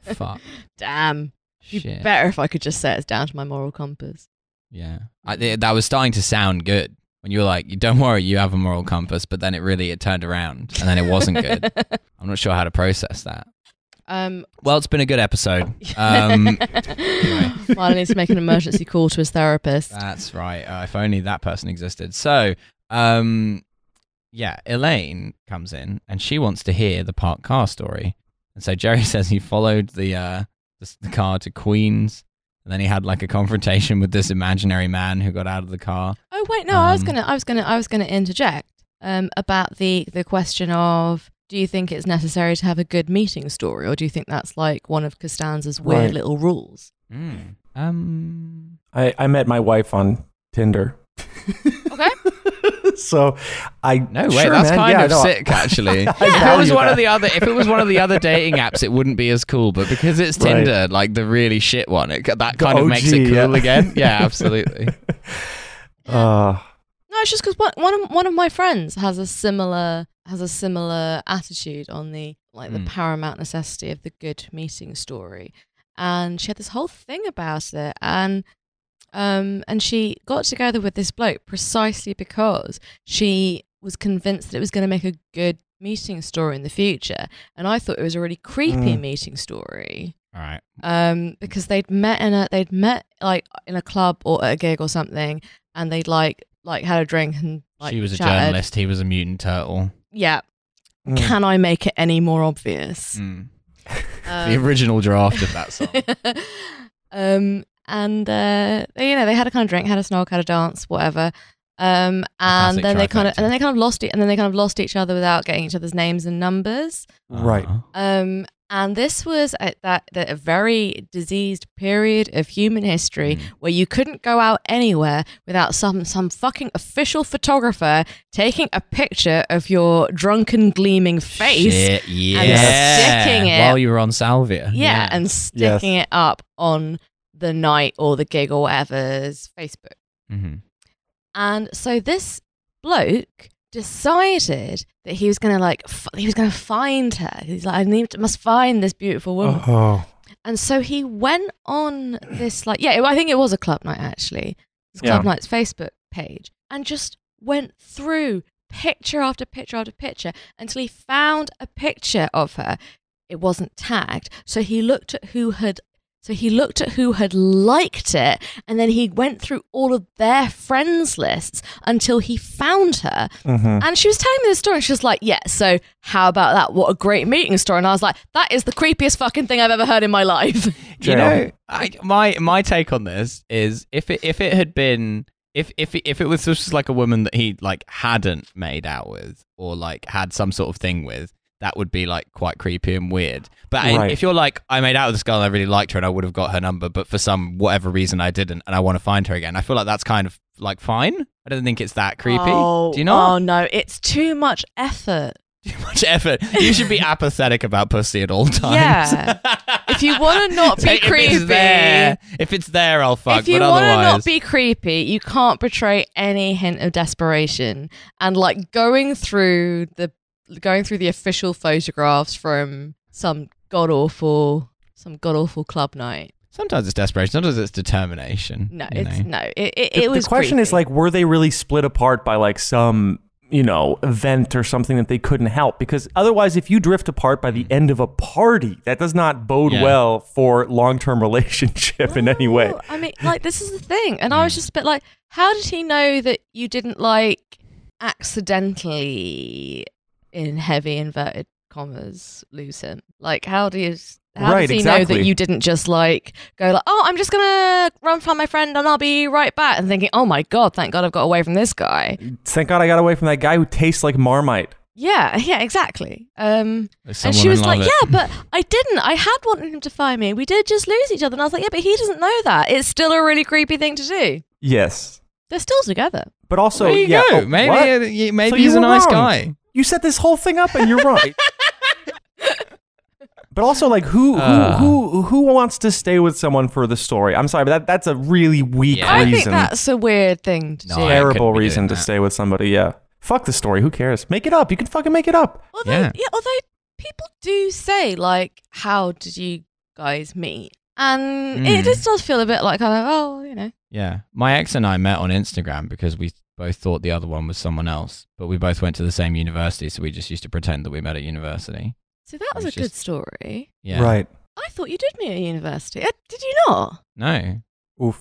C: Fuck.
A: Damn. It'd be
C: Shit.
A: better if I could just say it's down to my moral compass.
C: Yeah, I, th- that was starting to sound good when you were like, "Don't worry, you have a moral compass," but then it really it turned around, and then it wasn't good. I'm not sure how to process that.
A: Um,
C: Well, it's been a good episode. Um,
A: Marlon needs to make an emergency call to his therapist.
C: that's right. Uh, if only that person existed. So, um, yeah, Elaine comes in and she wants to hear the parked car story, and so Jerry says he followed the uh, the, the car to Queens. And then he had like a confrontation with this imaginary man who got out of the car.
A: Oh wait, no, I was
C: Um,
A: gonna, I was gonna, I was gonna interject um, about the the question of do you think it's necessary to have a good meeting story, or do you think that's like one of Costanza's weird
B: Right.
A: little rules?
C: Mm. Um,
B: I, I met my wife on Tinder.
A: Okay.
B: so I
C: No, wait,
B: sure,
C: that's
B: man.
C: kind
B: Yeah,
C: of
B: no,
C: sick actually. if it
B: value
C: was one
B: that.
C: of the other if it was one of the other dating apps it wouldn't be as cool, but because it's
B: Right.
C: Tinder, like the really shit one, it, that
B: The
C: kind of makes it
B: OG,
C: cool
B: yeah.
C: again. Yeah, absolutely.
B: Uh,
A: No, it's just because one one of, one of my friends has a similar has a similar attitude on the like the
C: Mm.
A: paramount necessity of the good meeting story, and she had this whole thing about it, and um, and she got together with this bloke precisely because she was convinced that it was going to make a good meeting story in the future, and I thought it was a really creepy
B: Mm.
A: meeting story
C: All right.
A: um, because they'd met in a they'd met like in a club or at a gig or something, and they'd like like had a drink and like
C: she was a
A: chatted.
C: journalist, he was a mutant turtle.
A: Yeah,
C: Hmm.
B: mm.
A: can I make it any more obvious?
C: Mm. the original draft of that song.
A: Um, um, and uh, you know they had a kind of drink, had a snog, had a dance, whatever. Um, and
C: classic
A: then they kind of
C: trifecta.
A: and then they kind of lost it, and then they kind of lost each other without getting each other's names and numbers.
B: Right.
C: Uh-huh.
A: Um, and this was at that, that a very diseased period of human history
C: Mm.
A: where you couldn't go out anywhere without some some fucking official photographer taking a picture of your drunken gleaming face.
C: Shit, yeah.
A: sticking it-
C: While you were on Salvia.
A: Yeah, and sticking it up on the night or the gig or whatever's Facebook.
C: Mhm.
A: And so this bloke decided that he was gonna like f- he was gonna find her. He's like, I need to, must find this beautiful woman.
B: Oh,
A: And so he went on this, like, yeah, it- I think it was a club night actually. It's club
B: Yeah.
A: night's Facebook page, and just went through picture after picture after picture until he found a picture of her. It wasn't tagged, so he looked at who had. So he looked at who had liked it, and then he went through all of their friends lists until he found her.
B: mhm.
A: And she was telling me the story. and She was like, "Yeah, so how about that? What a great meeting story!" And I was like, "That is the creepiest fucking thing I've ever heard in my life."
C: you
B: Jail.
C: know, I, my my take on this is if it if it had been if if if it was just like a woman that he like hadn't made out with or like had some sort of thing with, that would be like quite creepy and weird. But I-
B: Right.
C: if you're like, I made out with this girl and I really liked her and I would have got her number, but for some whatever reason I didn't, and I want to find her again. I feel like that's kind of like fine. I don't think it's that creepy.
A: Oh,
C: Do you not?
A: Oh no, it's too much effort.
C: Too much effort. You should be apathetic about pussy at all times.
A: Yeah. if you want to not be
C: Take- if
A: creepy,
C: it's there, if it's there, I'll fuck.
A: if you
C: but
A: want to
C: otherwise,
A: not be creepy, you can't portray any hint of desperation. And like going through the going through the official photographs from some god awful some god awful club night.
C: sometimes it's desperation. Sometimes it's determination.
A: No,
C: you
A: it's
C: know?
A: no. It, it,
B: The,
A: it was
B: the question is
A: creepy.
B: like, were they really split apart by like some you know event or something that they couldn't help? Because otherwise, if you drift apart by the end of a party, that does not bode
C: Mm. Yeah.
B: well for long term relationship in any way. Mm.
A: Well, I mean, like this is the thing, and I was just a bit like, how did he know that you didn't like accidentally, in heavy inverted commas, lose him? Like, how do you? How
B: Right,
A: does he know
B: exactly.
A: that you didn't just like go like, oh, I'm just gonna run find my friend and I'll be right back, and thinking, oh my god, thank God I've got away from this guy.
B: Thank God I got away from that guy who tastes like Marmite.
A: Yeah, yeah, exactly. Um,
C: There's
A: and
C: someone
A: she was
C: in
A: like,
C: love
A: yeah, but I didn't. I had wanted him to find me. We did just lose each other, and I was like, yeah, but he doesn't know that. It's still a really creepy thing to do.
B: Yes,
A: They're still together.
B: but also
C: There you
B: yeah,
C: go.
B: oh,
C: maybe
B: what?
C: uh, y- maybe
B: So you
C: he's a
B: were
C: nice
B: wrong.
C: guy.
B: you set this whole thing up and you're right. But also, like, who who
C: Uh.
B: who who wants to stay with someone for the story? I'm sorry, but that, that's a really weak
C: Yeah. I
B: reason.
A: I think that's a weird thing to
C: No,
A: do.
C: I-
B: terrible
C: couldn't be
B: reason
C: doing
B: to
C: that.
B: stay with somebody. Yeah. Fuck the story. Who cares? Make it up. You can fucking make it up.
A: although,
C: Yeah.
A: yeah. although people do say like, "How did you guys meet?" And
C: Mm.
A: it just does feel a bit like kind of, oh, you know,
C: Yeah. My ex and I met on Instagram because we both thought the other one was someone else, but we both went to the same university, so we just used to pretend that we met at university.
A: so that was a
C: It's
A: good
C: just-
A: story.
C: Yeah.
B: Right.
A: I thought you did meet at university. Uh, Did you not?
C: No.
B: Oof.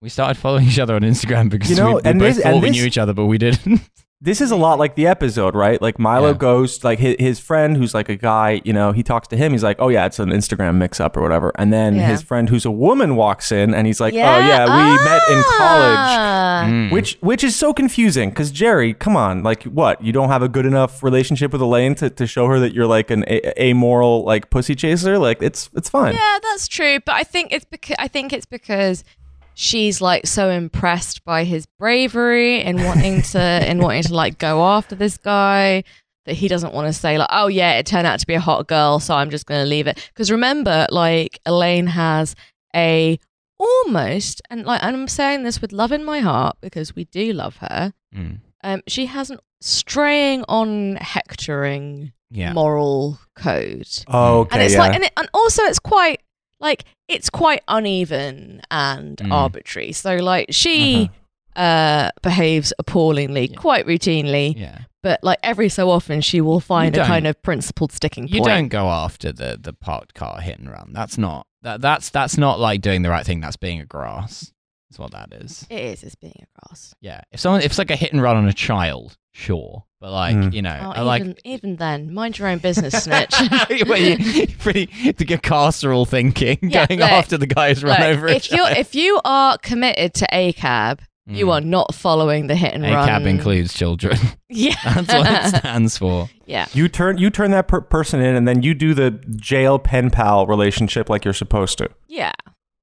C: We started following each other on Instagram because
B: You know,
C: we, we
B: and
C: both
B: this-
C: thought
B: and
C: we
B: this-
C: knew each other, but we didn't.
B: This is a lot like the episode, right? Like Milo
C: Yeah.
B: goes, like his, his friend who's like a guy, you know, he talks to him. He's like, oh yeah, it's an Instagram mix up or whatever. And then
A: Yeah.
B: his friend who's a woman walks in and he's like, oh yeah, we met in college.
A: Ah. college.
C: Mm.
B: Which which is so confusing because Jerry, come on, like what? You don't have a good enough relationship with Elaine to, to show her that you're like an a- amoral like pussy chaser. Like it's it's fine.
A: Yeah, that's true. But I think it's because I think it's because she's like so impressed by his bravery and wanting to and wanting to like go after this guy that he doesn't want to say like, oh yeah, it turned out to be a hot girl, so I'm just gonna leave it. Because remember, like Elaine has a almost and like I'm saying this with love in my heart because we do love her.
C: Mm.
A: Um, she has an straying on hectoring
C: Yeah.
A: moral code
B: Oh, okay.
A: and it's
B: yeah.
A: like and, it, and also it's quite like it's quite uneven and
C: Mm. Uh-huh.
A: arbitrary so like she uh behaves appallingly
C: Yeah.
A: quite routinely
C: Yeah.
A: but like every so often she will find a
C: don't-
A: kind of principled sticking
C: You
A: point
C: don't go after the the parked car hit and run. That's not that that's that's not like doing the right thing. That's being a grass. That's what that is.
A: it is it's being a grass
C: Yeah. If someone if it's like a hit and run on a child, sure. But like,
B: Mm.
C: you know,
A: oh,
C: I
A: even,
C: like
A: even then mind your own business snitch
C: well, you, you pretty the carceral thinking,
A: Yeah,
C: going
A: like-
C: after the guy who's run
A: Look,
C: over. a
A: if you
C: child.
A: if you are committed to a cab you are not following the hit and
C: Mm. Hmm. a
A: run
C: cab includes children.
A: yeah
C: That's what it stands for.
A: yeah
B: You turn you turn that per- person in, and then you do the jail pen pal relationship like you're supposed to.
A: yeah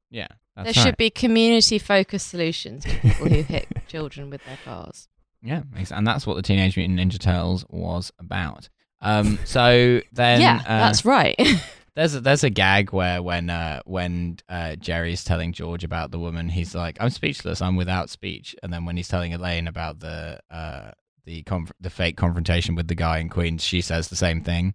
C: Yeah,
A: There
C: that's
A: should be community focused solutions for people who hit children with their cars.
C: Yeah, makes, and that's what the Teenage Mutant Ninja Turtles was about. Um, so then,
A: yeah,
C: uh,
A: that's right.
C: There's a, there's a gag where when uh, when uh, Jerry's telling George about the woman, he's like, "I'm speechless. I'm without speech." And then when he's telling Elaine about the uh, the conf- the fake confrontation with the guy in Queens, she says the same thing.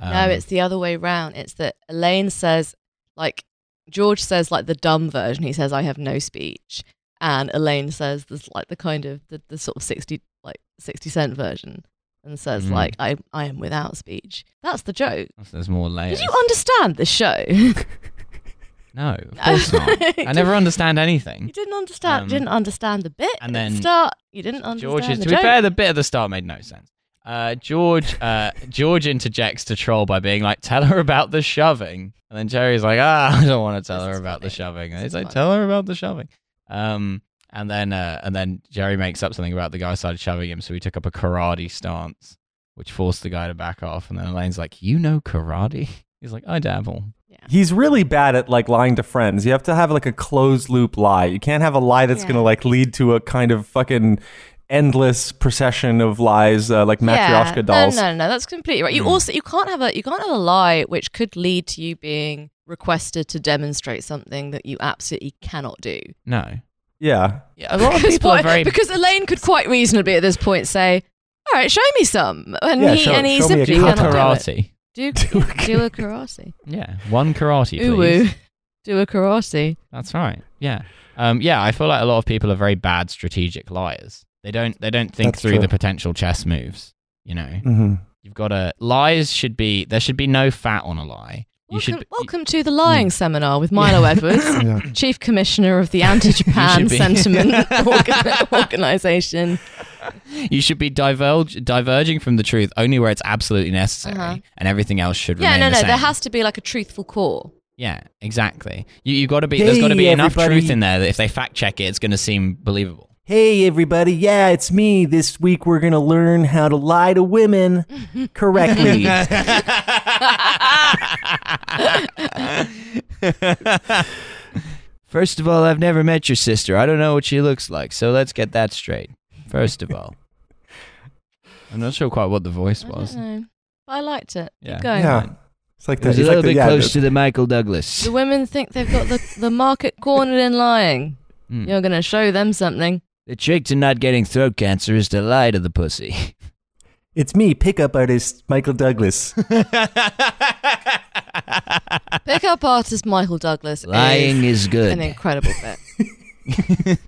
C: Um,
A: no, it's the other way round. It's that Elaine says, like, George says, like, the dumb version. He says, I have no speech. And Elaine says, this, like, the kind of, the, the sort of 60, like, 60 cent version. And says,
C: Mm.
A: like, I, I am without speech. That's the joke.
C: there's more layers.
A: Did you understand the show?
C: no, of course not. I never understand anything.
A: You didn't understand.
C: Um,
A: didn't understand the bit.
C: and
A: at the
C: then
A: start. You didn't understand.
C: George is,
A: the
C: to be
A: joke.
C: fair, the bit at the start made no sense. Uh, George, uh, George interjects to troll by being like, "Tell her about the shoving," and then Jerry's like, "Ah, I don't want to tell
A: This
C: her
A: is
C: about the
A: funny.
C: shoving." And
A: This
C: he's
A: is
C: like,
A: funny.
C: "Tell her about the shoving." Um, and then uh, and then Jerry makes up something about the guy started shoving him, so he took up a karate stance, which forced the guy to back off. And then Elaine's like, "You know karate?" He's like, "I dabble."
B: He's really bad at like lying to friends. You have to have like a closed loop lie. You can't have a lie that's
A: Yeah.
B: gonna like lead to a kind of fucking endless procession of lies uh, like matryoshka
A: yeah.
B: dolls.
A: No, no, no, that's completely right. You
C: Mm.
B: Hmm.
A: also you can't have a you can't have a lie which could lead to you being requested to demonstrate something that you absolutely cannot do.
C: No.
B: Yeah.
C: Yeah, a lot of
A: Because
C: people
A: what-
C: are very.
A: because Elaine could quite reasonably at this point say, "All right, show me some," and
B: Yeah,
A: he
B: show-
A: and he
B: show me
A: simply
B: a
C: Do
B: you
C: a
A: cannot do
C: karate.
A: it. Do, do a karate.
C: Yeah, one karate, please.
A: Ooh, woo. do a karate.
C: That's right. Yeah. Um, yeah, I feel like a lot of people are very bad strategic liars. They don't they don't think
B: That's
C: through
B: true.
C: the potential chess moves, you know.
B: hmm
C: You've got to lies should be there should be no fat on a lie. You
A: Welcome,
C: should be- Mm.
A: welcome to the lying seminar with Milo Edwards,
B: Yeah.
A: Chief Commissioner of the Anti-Japan
C: You should be-
A: Sentiment Organ- Organization.
C: you should be divulge, diverging from the truth only where it's absolutely necessary
A: Uh-huh.
C: and everything else should
A: Yeah,
C: remain
A: no,
C: the
A: no,
C: same.
A: there has to be like a truthful core.
C: Yeah, exactly. You you got to be there's got to be
B: Hey,
C: enough
B: everybody.
C: truth in there that if they fact check it it's going to seem believable.
B: Hey, everybody. Yeah, it's me. This week we're going to learn how to lie to women correctly.
C: First of all, I've never met your sister. I don't know what she looks like, so let's get that straight. First of all, I'm not sure quite what the voice
A: I don't
C: was.
A: know. I liked it.
C: Yeah.
A: Keep going.
B: yeah. It's like
C: It
B: the,
C: was
B: it's
C: a
B: like
C: little
B: the,
C: bit
B: yeah,
C: close
B: the-
C: to the Michael Douglas.
A: The women think they've got the, the market cornered in lying.
C: Mm.
A: You're going to show them something.
C: The trick to not getting throat cancer is to lie to the pussy.
B: it's me, pickup artist Michael Douglas.
A: Pickup artist Michael Douglas
C: Lying
A: is
C: is
A: an
C: good.
A: incredible bit.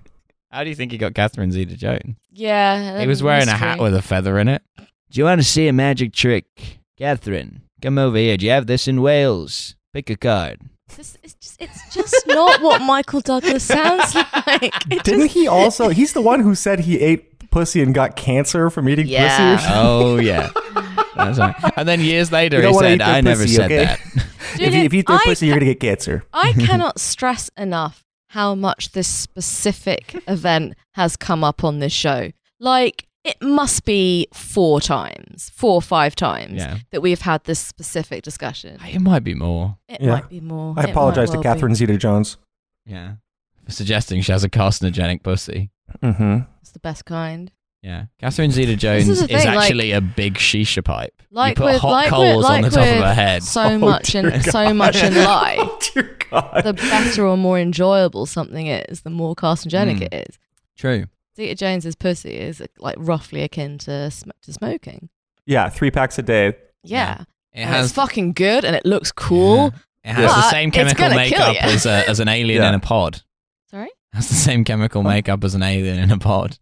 C: How do you think he got Catherine Zeta-Jones?
A: Yeah.
C: He was wearing a
A: mystery.
C: hat with a feather in it. Do you want to see a magic trick? Catherine, come over here. Do you have this in Wales? Pick a card.
A: This- it's, just, it's just not what Michael Douglas sounds like. It
B: Didn't
A: just-
B: he also? He's the one who said he ate pussy and got cancer from eating
A: Yeah.
B: pussy. Or something.
C: Oh, yeah. That's right. And then years later,
B: You don't
C: he
B: wanna
C: said,
B: eat their
C: I never
B: pussy,
C: said
B: okay?
C: that.
A: Dude,
B: if, you, if you eat their
A: I
B: pussy, you're going to get cancer.
A: I cannot stress enough how much this specific event has come up on this show. Like, it must be four times, four or five times
C: Yeah.
A: that we've had this specific discussion.
C: It might be more.
A: It
B: Yeah.
A: might be more. It
B: I
A: might
B: apologize
A: well
B: to Catherine Zeta Jones.
C: Yeah. For suggesting she has a carcinogenic pussy.
B: Mm-hmm.
A: Be. It's the best kind.
C: Yeah. Catherine Zeta Jones
A: This
C: is,
A: is the thing, like-
C: actually a big shisha pipe.
A: Like
C: you put
A: with-
C: hot
A: like with-
C: coals
A: like
C: on the top of
A: with-
C: her head.
A: So much in so much in lie.
B: Oh dear God.
A: The better or more enjoyable something is, the more carcinogenic
C: Mm.
A: it is.
C: True.
A: Zeta Jones's pussy is like roughly akin to sm- to smoking.
B: yeah, three packs a day.
A: Yeah,
C: It
A: And
C: has
A: it's fucking good and it looks cool.
C: It has the
A: But
C: same
A: it's
C: chemical
A: gonna kill
C: makeup
A: ya.
C: as, a, as an alien
B: Yeah.
C: in a pod.
A: Sorry.
C: It has the same chemical makeup as an alien in a pod.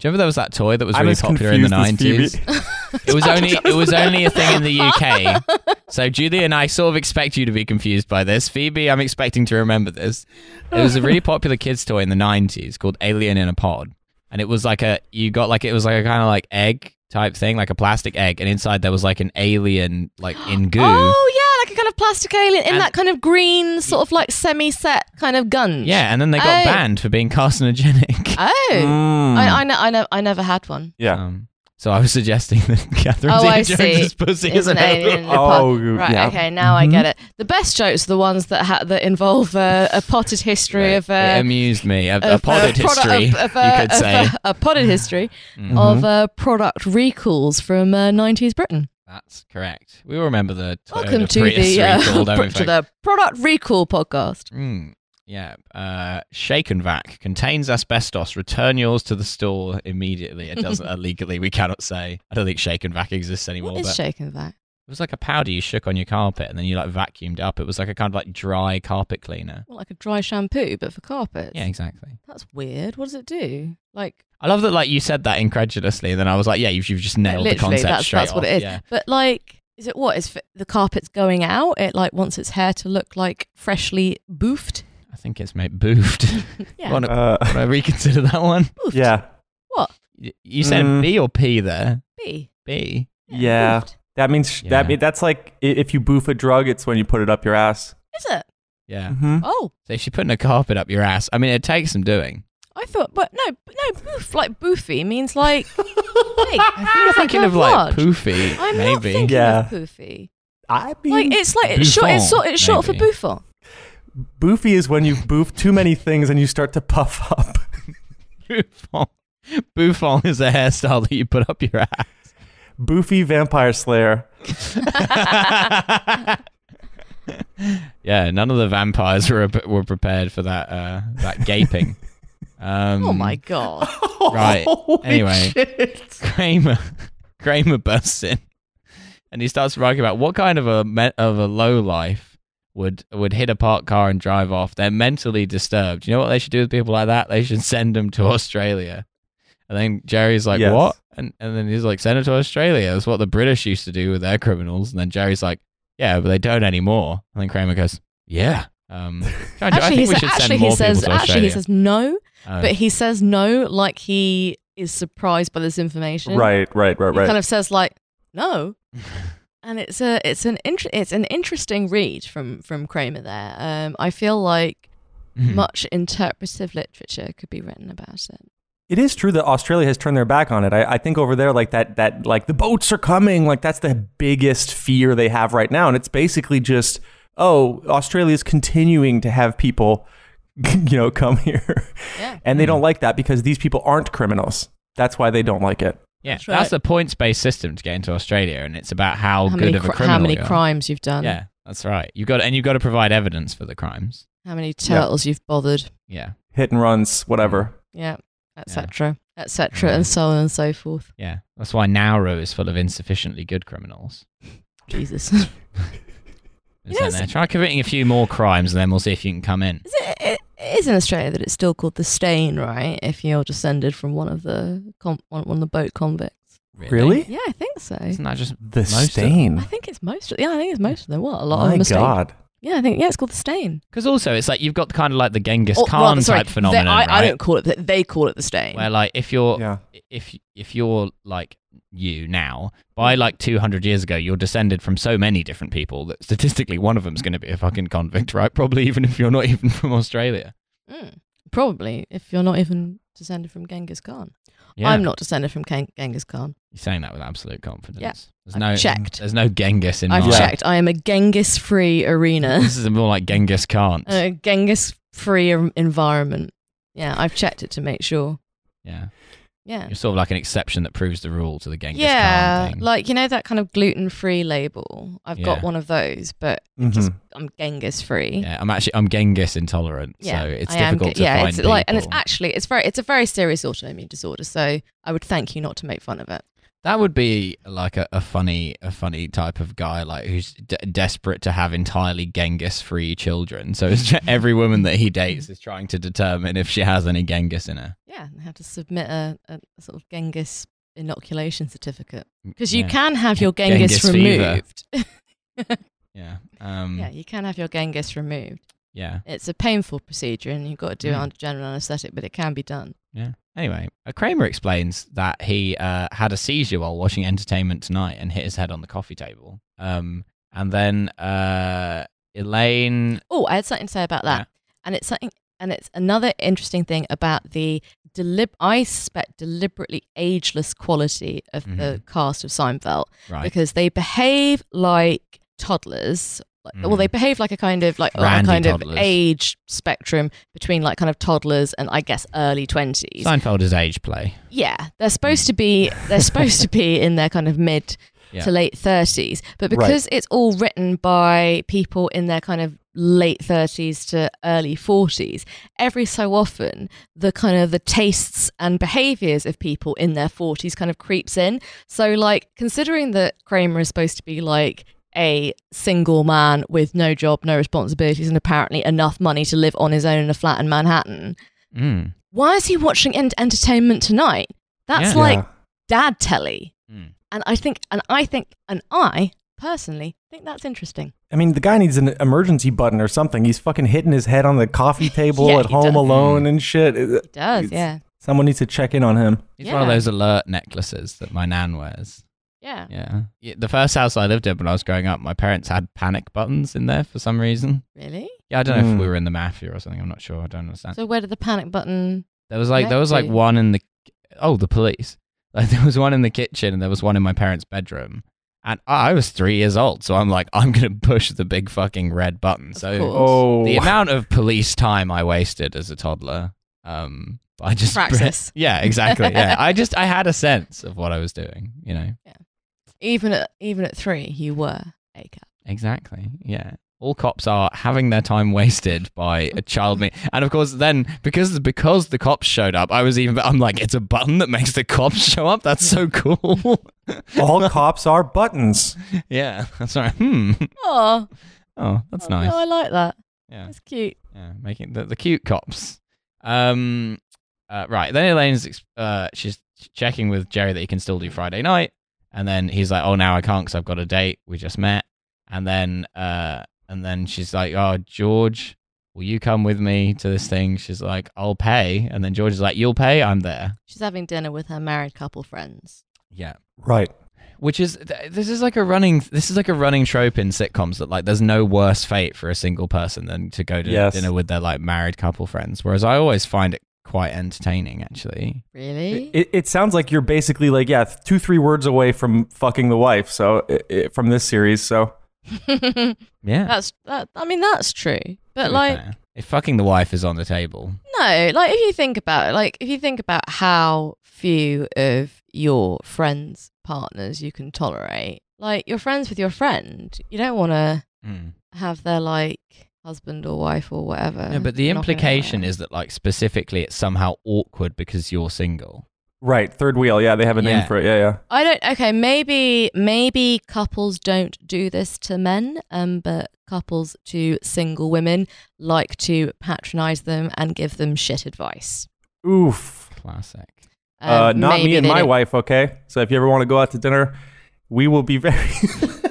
C: Do you remember there was that toy that was
B: I'm
C: really
B: as
C: popular in the
B: confused as
C: nineties? It was only it was only a thing in the UK. So Julie and I sort of expect you to be confused by this. Phoebe, I'm expecting to remember this. It was a really popular kids toy in the nineties called Alien in a Pod. And it was like a you got like it was like a kind of like egg type thing, like a plastic egg, and inside there was like an alien like in goo.
A: Oh yeah, like a kind of plastic alien in
C: And-
A: that kind of green sort of like semi-set kind of gun.
C: Yeah, and then they got
A: Oh.
C: banned for being carcinogenic.
A: Oh,
B: Mm.
A: I, I, ne- I, ne- I never had one.
B: yeah.
C: Um, so I was suggesting that Catherine
A: Oh, I
C: Zeta-Jones's
A: see.
C: pussy
A: It's
C: is
A: an
C: available.
A: alien in a pod.
B: Oh,
A: Right.
B: yeah.
A: Okay. Now
C: Mm-hmm.
A: I get it. The best jokes are the ones that ha- that involve uh, a potted history of.
C: it
A: Uh,
C: amused me. A, a
A: of, uh,
C: potted
A: product-
C: history,
A: of- of, uh,
C: you could
A: of,
C: say. Mm-hmm.
A: uh, a potted history of uh, product recalls from uh, 90s Britain.
C: That's correct. We all remember the Toyota
A: Welcome to
C: Prius
A: the, uh,
C: recall, don't we,
A: to
C: folks?
A: the product recall podcast.
C: Mm, yeah. Uh, shake and vac contains asbestos. Return yours to the store immediately. It doesn't illegally. We cannot say. I don't think shake and vac exists anymore.
A: What is
C: but
A: shaking that?
C: it was like a powder you shook on your carpet and then you like vacuumed up. It was like a kind of like dry carpet cleaner.
A: Well, like a dry shampoo, but for carpets.
C: Yeah, exactly.
A: That's weird. What does it do? Like,
C: I love that, like you said that incredulously, and then I was like, "Yeah, you've, you've just nailed
A: literally,
C: the concept
A: that's,
C: straight
A: that's what
C: off.
A: it is.
C: Yeah.
A: But like, is it what? Is f- the carpet's going out? It like wants its hair to look like freshly boofed.
C: I think it's mate boofed.
A: Yeah.
C: Want
B: Uh,
C: to reconsider that one?
A: Boofed.
B: yeah.
C: Y- You said
B: Mm.
C: B or P there?
A: B.
C: B.
B: Yeah.
A: boofed.
B: That means
C: Yeah.
B: that mean, that's like i- if you boof a drug, it's when you put it up your ass.
A: Is it?
C: Yeah.
B: Mm-hmm.
A: Oh,
C: So if you're putting a carpet up your ass, I mean, it takes some doing.
A: I thought, but no, but no, boof, like boofy means like. Hey,
C: You're
A: it's like
C: thinking of
A: large.
C: like poofy,
A: I'm
C: maybe.
A: not thinking
B: Yeah.
A: of poofy.
B: I
A: Like
B: mean,
A: it's like it's short. It's,
C: Buffon,
A: sort it's short for
C: maybe.
A: buffon.
B: boofy is when you boof too many things and you start to puff up.
C: Poofon. Bouffant is a hairstyle that you put up your
B: Boofy Vampire Slayer.
C: ass. yeah, none of the vampires were were prepared for that uh, that gaping. Um,
A: Oh my god.
C: Right.
B: Holy
C: Anyway.
B: shit.
C: Kramer, Kramer bursts in, and he starts arguing about what kind of a me- of a low life would would hit a parked car and drive off. They're mentally disturbed. You know what they should do with people like that? They should send them to Australia. And then Jerry's like,
B: Yes.
C: "What?" And and then he's like, "Send them to Australia." That's what the British used to do with their criminals. And then Jerry's like, "Yeah, but they don't anymore." And then Kramer goes, "Yeah." Um, I
A: Actually, he,
C: think we
A: sa-
C: should send
A: actually
C: more
A: he says
C: people to
A: actually he
C: Australia.
A: says no,
C: Oh.
A: but he says no like he is surprised by this information.
B: Right, right, right,
A: He kind
B: right.
A: of says like no. And it's a it's an inter- it's an interesting read from from Kramer there. Um, I feel like
C: Hmm.
A: much interpretive literature could be written about it.
B: It is true that Australia has turned their back on it. I, I think over there, like that, that, like the boats are coming. Like that's the biggest fear they have right now, and it's basically just, oh, Australia is continuing to have people, you know, come here,
A: Yeah.
B: and they don't like that because these people aren't criminals. That's why they don't like it.
C: Yeah, that's,
A: That's right.
C: the points-based system to get into Australia, and it's about how,
A: how
C: good
A: many
C: of a
A: cri-
C: criminal
A: how many
C: you are.
A: crimes you've done?
C: Yeah, that's right. You got and you got to provide evidence for the crimes.
A: How many turtles you've bothered?
C: Yeah,
B: Hit and runs, whatever.
A: Yeah, etc. etc. and so on and so forth.
C: yeah. That's why Nauru is full of insufficiently good criminals.
A: Jesus, is
C: Is
A: Yes.
C: there? Try committing a few more crimes, and then we'll see if you can come in.
A: it, it, it is in Australia that it's still called the stain, right? If you're descended from one of the com- one, one of the boat convicts. Yeah, I think so.
C: Isn't that just
B: The
C: Most of-
A: I
B: stain.
A: think it's most. Yeah, I think it's most of them. What a lot
B: My
A: of mistakes.
B: God.
A: Yeah, I think yeah, it's called the stain.
C: because also it's like you've got kind of like the Genghis
A: Or
C: Khan
A: rather, Oh, sorry,
C: type phenomenon,
A: they- I,
C: right?
A: I don't call it. that. They call it the stain.
C: Where like if you're
B: Yeah.
C: if if you're like you now by
A: Mm.
C: like 200 years ago you're descended from so many different people that statistically one of them's going to be a fucking convict right probably even if you're not even from australia
A: Mm. probably, if you're not even descended from Genghis Khan,
C: yeah
A: I'm not descended from Ken- Genghis Khan.
C: you're saying that with absolute confidence
A: Yeah.
C: there's
A: I've
C: no
A: checked.
C: there's no genghis in
A: I've
C: my
A: checked. I am a Genghis-free arena.
C: this is more like genghis khan
A: a Genghis free environment. Yeah, I've checked it to make sure.
C: yeah
A: Yeah.
C: you're sort of like an exception that proves the rule to the genghis
A: Yeah,
C: khan thing
A: like you know that kind of gluten-free label. I've
C: Yeah.
A: got one of those, but
B: Mhm.
A: I'm Genghis-free.
C: yeah i'm actually i'm genghis intolerant
A: Yeah,
C: so it's
A: I am
C: difficult
A: ge-
C: to
A: yeah,
C: find
A: it's like, and it's
C: people.
A: actually it's very it's a very serious autoimmune disorder. So I would thank you not to make fun of it.
C: That would be like a, a funny, a funny type of guy, like who's de- desperate to have entirely Genghis-free children. So it's ju- every woman that he dates is trying to determine if she has any Genghis in her.
A: Yeah, and have to submit a, a sort of Genghis inoculation certificate because you
C: Yeah.
A: can have your
C: Gen-
A: Genghis,
C: Genghis fever.
A: removed.
C: Yeah, um,
A: yeah,
C: yeah,
A: you can have your Genghis removed. It's a painful procedure, and you've got to do it
C: Mm.
A: under general anaesthetic, but it can be done.
C: yeah. Anyway, uh, Kramer explains that he uh, had a seizure while watching Entertainment Tonight and hit his head on the coffee table. Um, and then uh, Elaine,
A: Oh, I had something to say about that,
C: Yeah.
A: and it's something, and it's another interesting thing about the delib. I suspect deliberately ageless quality of the cast of Seinfeld
C: Mm-hmm. right?
A: because they behave like toddlers. Like- Well, they behave like a kind of like, like a
C: Mm. Randy
A: kind
C: toddlers.
A: of age spectrum between like kind of toddlers and I guess early twenties.
C: Seinfeld is age play.
A: Yeah, they're supposed to be they're supposed to be in their kind of mid
C: Yeah.
A: to late thirties, but because it's all written by people in their kind of late thirties to early forties, every so often the kind of the tastes and behaviours of people in their forties kind of creeps in. So, like considering that Kramer is supposed to be like a single man with no job, no responsibilities, and apparently enough money to live on his own in a flat in Manhattan
C: Mm.
A: why is he watching Ent- entertainment tonight? That's
C: Yeah.
A: like
B: Yeah.
A: dad telly.
C: Mm.
A: And I think, and I think, and I personally think that's interesting.
B: I mean, the guy needs an emergency button or something. He's fucking hitting his head on the coffee table
A: Yeah,
B: at
A: he
B: home
A: does. Mm-hmm.
B: alone and shit. It-
A: It does,
B: It's-
A: yeah,
B: Someone needs to check in on him.
C: He's one of
A: Yeah.
C: those alert necklaces that my nan wears.
A: yeah.
C: Yeah. Yeah, The first house I lived in when I was growing up, my parents had panic buttons in there for some reason.
A: Really?
C: Yeah, I don't know if
B: Hmm.
C: we were in the mafia or something. I'm not sure. I don't understand.
A: So where did the panic button?
C: there was like there was like
A: Connected.
C: one in the oh the police. Like there was one in the kitchen and there was one in my parents' bedroom. And I I was three years old, so I'm like I'm gonna push the big fucking red button.
A: Of
C: so
A: course.
B: Oh,
C: the amount of police time I wasted as a toddler. Um, But I just
A: Praxis.
C: yeah, exactly. Yeah, I just I had a sense of what I was doing. You know,
A: Even at even at three, you were a cat.
C: Exactly. Yeah. All cops are having their time wasted by a child me, and of course, then because because the cops showed up, I was even I'm like, it's a button that makes the cops show up. That's so cool.
B: All cops are buttons.
C: yeah, that's right. Hmm.
A: Oh,
C: Oh, that's
A: oh,
C: nice.
A: No, I like that.
C: yeah,
A: That's cute.
C: yeah. Making the, the cute cops. Um. Uh, right. Then Elaine's ex- uh she's checking with Jerry that he can still do Friday night, and then he's like, oh, now I can't because I've got a date. We just met. And then uh and then she's like, "Oh, George, will you come with me to this thing?" She's like, "I'll pay." And then George is like, "You'll pay. I'm there."
A: She's having dinner with her married couple friends.
C: Yeah.
B: Right.
C: Which is th- this is like a running this is like a running trope in sitcoms that like there's no worse fate for a single person than to go to
B: Yes.
C: dinner with their like married couple friends. Whereas I always find it quite entertaining actually.
A: Really?
B: It, it sounds like you're basically like yeah, two three words away from fucking the wife. So i i from this series, so
C: Yeah.
A: that's that. I mean, that's true.
C: to
A: But
C: be
A: like,
C: fair. if fucking the wife is on the table.
A: no, like if you think about it, like if you think about how few of your friends' partners you can tolerate, like you're friends with your friend, you don't want to
C: Mm.
A: have their like husband or wife or whatever.
C: No, but the
A: knocking
C: implication
A: around.
C: is that like specifically it's somehow awkward because you're single.
B: right, third wheel. Yeah, they have a
C: Yeah.
B: name for it. Yeah, yeah.
A: I don't. Okay, maybe maybe couples don't do this to men, um, but couples to single women like to patronize them and give them shit advice.
B: Oof.
C: Classic.
A: Um,
B: uh, not
A: maybe
B: me and
A: they
B: my
A: don't-
B: wife. Okay. So if you ever want to go out to dinner, we will be very.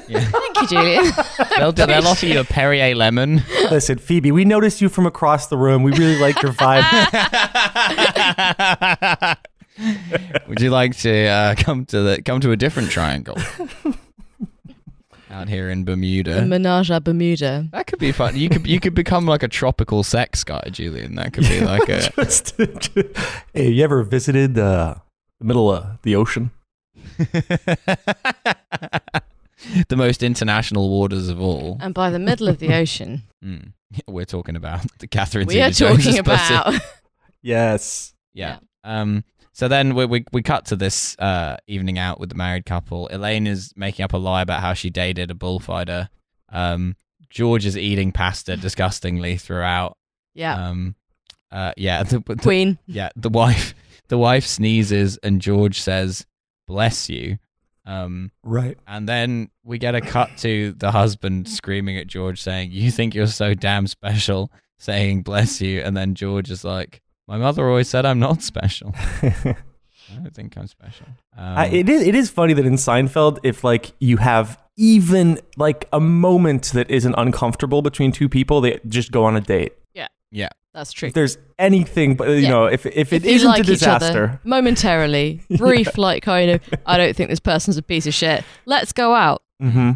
A: Thank you, Julian.
C: They'll, they'll offer you a Perrier lemon.
B: Listen, Phoebe, we noticed you from across the room. We really liked your vibe.
C: Would you like to uh, come to the come to a different triangle out here in
A: The
C: Bermuda?
A: Menage a Bermuda.
C: That could be fun. You could you could become like a tropical sex guy, Julian. That could be like a
B: Just- hey, you ever visited uh, the middle of the ocean?
C: the most international waters of all.
A: And by the middle of the ocean,
C: Mm. We're talking about the Catherine.
A: we are
C: Zeta-Jones'
A: talking
C: pussy.
A: about.
B: Yes.
C: Yeah. Um. So then we, we we cut to this uh evening out with the married couple. Elaine is making up a lie about how she dated a bullfighter. Um. George is eating pasta disgustingly throughout.
A: Yeah,
C: Um. Uh. Yeah. The, the-
A: Queen.
C: yeah. The wife. The wife sneezes and George says, "Bless you." Um.
B: Right.
C: And then we get a cut to the husband screaming at George saying, You think you're so damn special, saying, Bless you. And then George is like, My mother always said I'm not special. I don't think I'm special. Um,
B: I, it is. It is funny that in Seinfeld, if like you have even like a moment that isn't uncomfortable between two people, they just go on a date.
A: That's true.
B: If there's anything, but you
A: Yeah.
B: know, if if it
A: you like
B: not a
A: each other
B: disaster,
A: momentarily, brief, like kind of, I don't think this person's a piece of shit. Let's go out.
B: hmm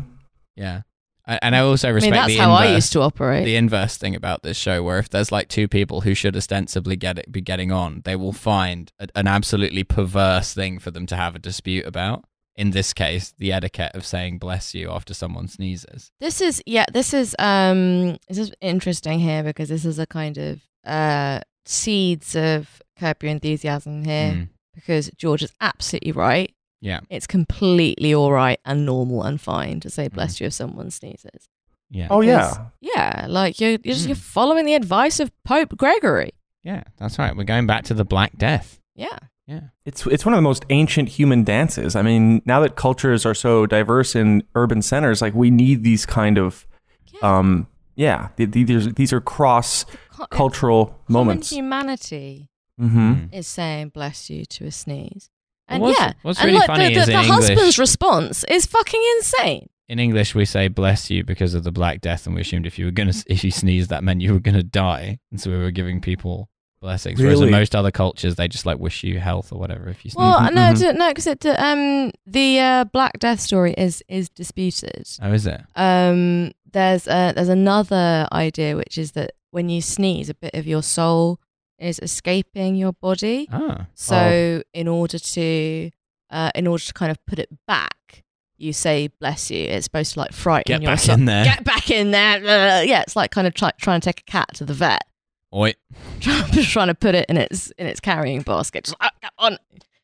C: yeah. I, and I also
A: I mean,
C: respect
A: that's
C: the,
A: how
C: inverse,
A: I used to operate.
C: the inverse thing about this show, where if there's like two people who should ostensibly get it, be getting on, they will find a, an absolutely perverse thing for them to have a dispute about. In this case, the etiquette of saying bless you after someone sneezes.
A: This is yeah, this is um this is interesting here because this is a kind of uh seeds of curb your enthusiasm here
C: Mm.
A: because George is absolutely right.
C: Yeah.
A: It's completely all right and normal and fine to
C: Mm.
A: say bless you if someone sneezes.
C: Yeah.
B: Oh
A: Because-
B: yeah.
A: Yeah, like you're you're, just,
C: Mm.
A: you're following the advice of Pope Gregory.
C: Yeah, that's right. We're going back to the Black Death.
A: Yeah.
C: Yeah.
B: It's it's one of the most ancient human dances. I mean, now that cultures are so diverse in urban centers, like we need these kind of,
A: Yeah.
B: um, yeah, th- th- these these are cross
A: Co- uh,
B: cultural
A: common
B: moments.
A: humanity
B: hmm
A: is saying bless you to a sneeze. And
C: What's-
A: yeah,
C: what's
A: and
C: really
A: look,
C: funny
A: the, the,
C: is in
A: the
C: English-
A: husband's response is fucking insane.
C: In English, we say "bless you" because of the Black Death, and we assumed if you were gonna if you sneezed, that meant you were gonna die, and so we were giving people blessings. Whereas in
B: Really?
C: most other cultures, they just like wish you health or whatever if you sneeze.
A: Well, uh,
B: Mhm,
A: no,
B: mhm.
A: it
C: mm-hmm.
A: didn't- no, because it did- um the uh, Black Death story is is disputed.
C: oh, is it?
A: Um, there's a, there's another idea which is that when you sneeze, a bit of your soul is escaping your body.
C: Ah,
A: So in order to uh, in order to kind of put it back, you say "bless you." It's supposed to like frighten
C: get
A: your
C: back
A: soul.
C: in there.
A: Get back in there! Yeah, it's like kind of try, trying to take a cat to the vet.
C: Oi.
A: just trying to put it in its in its carrying basket. Just like, "Ah, come on,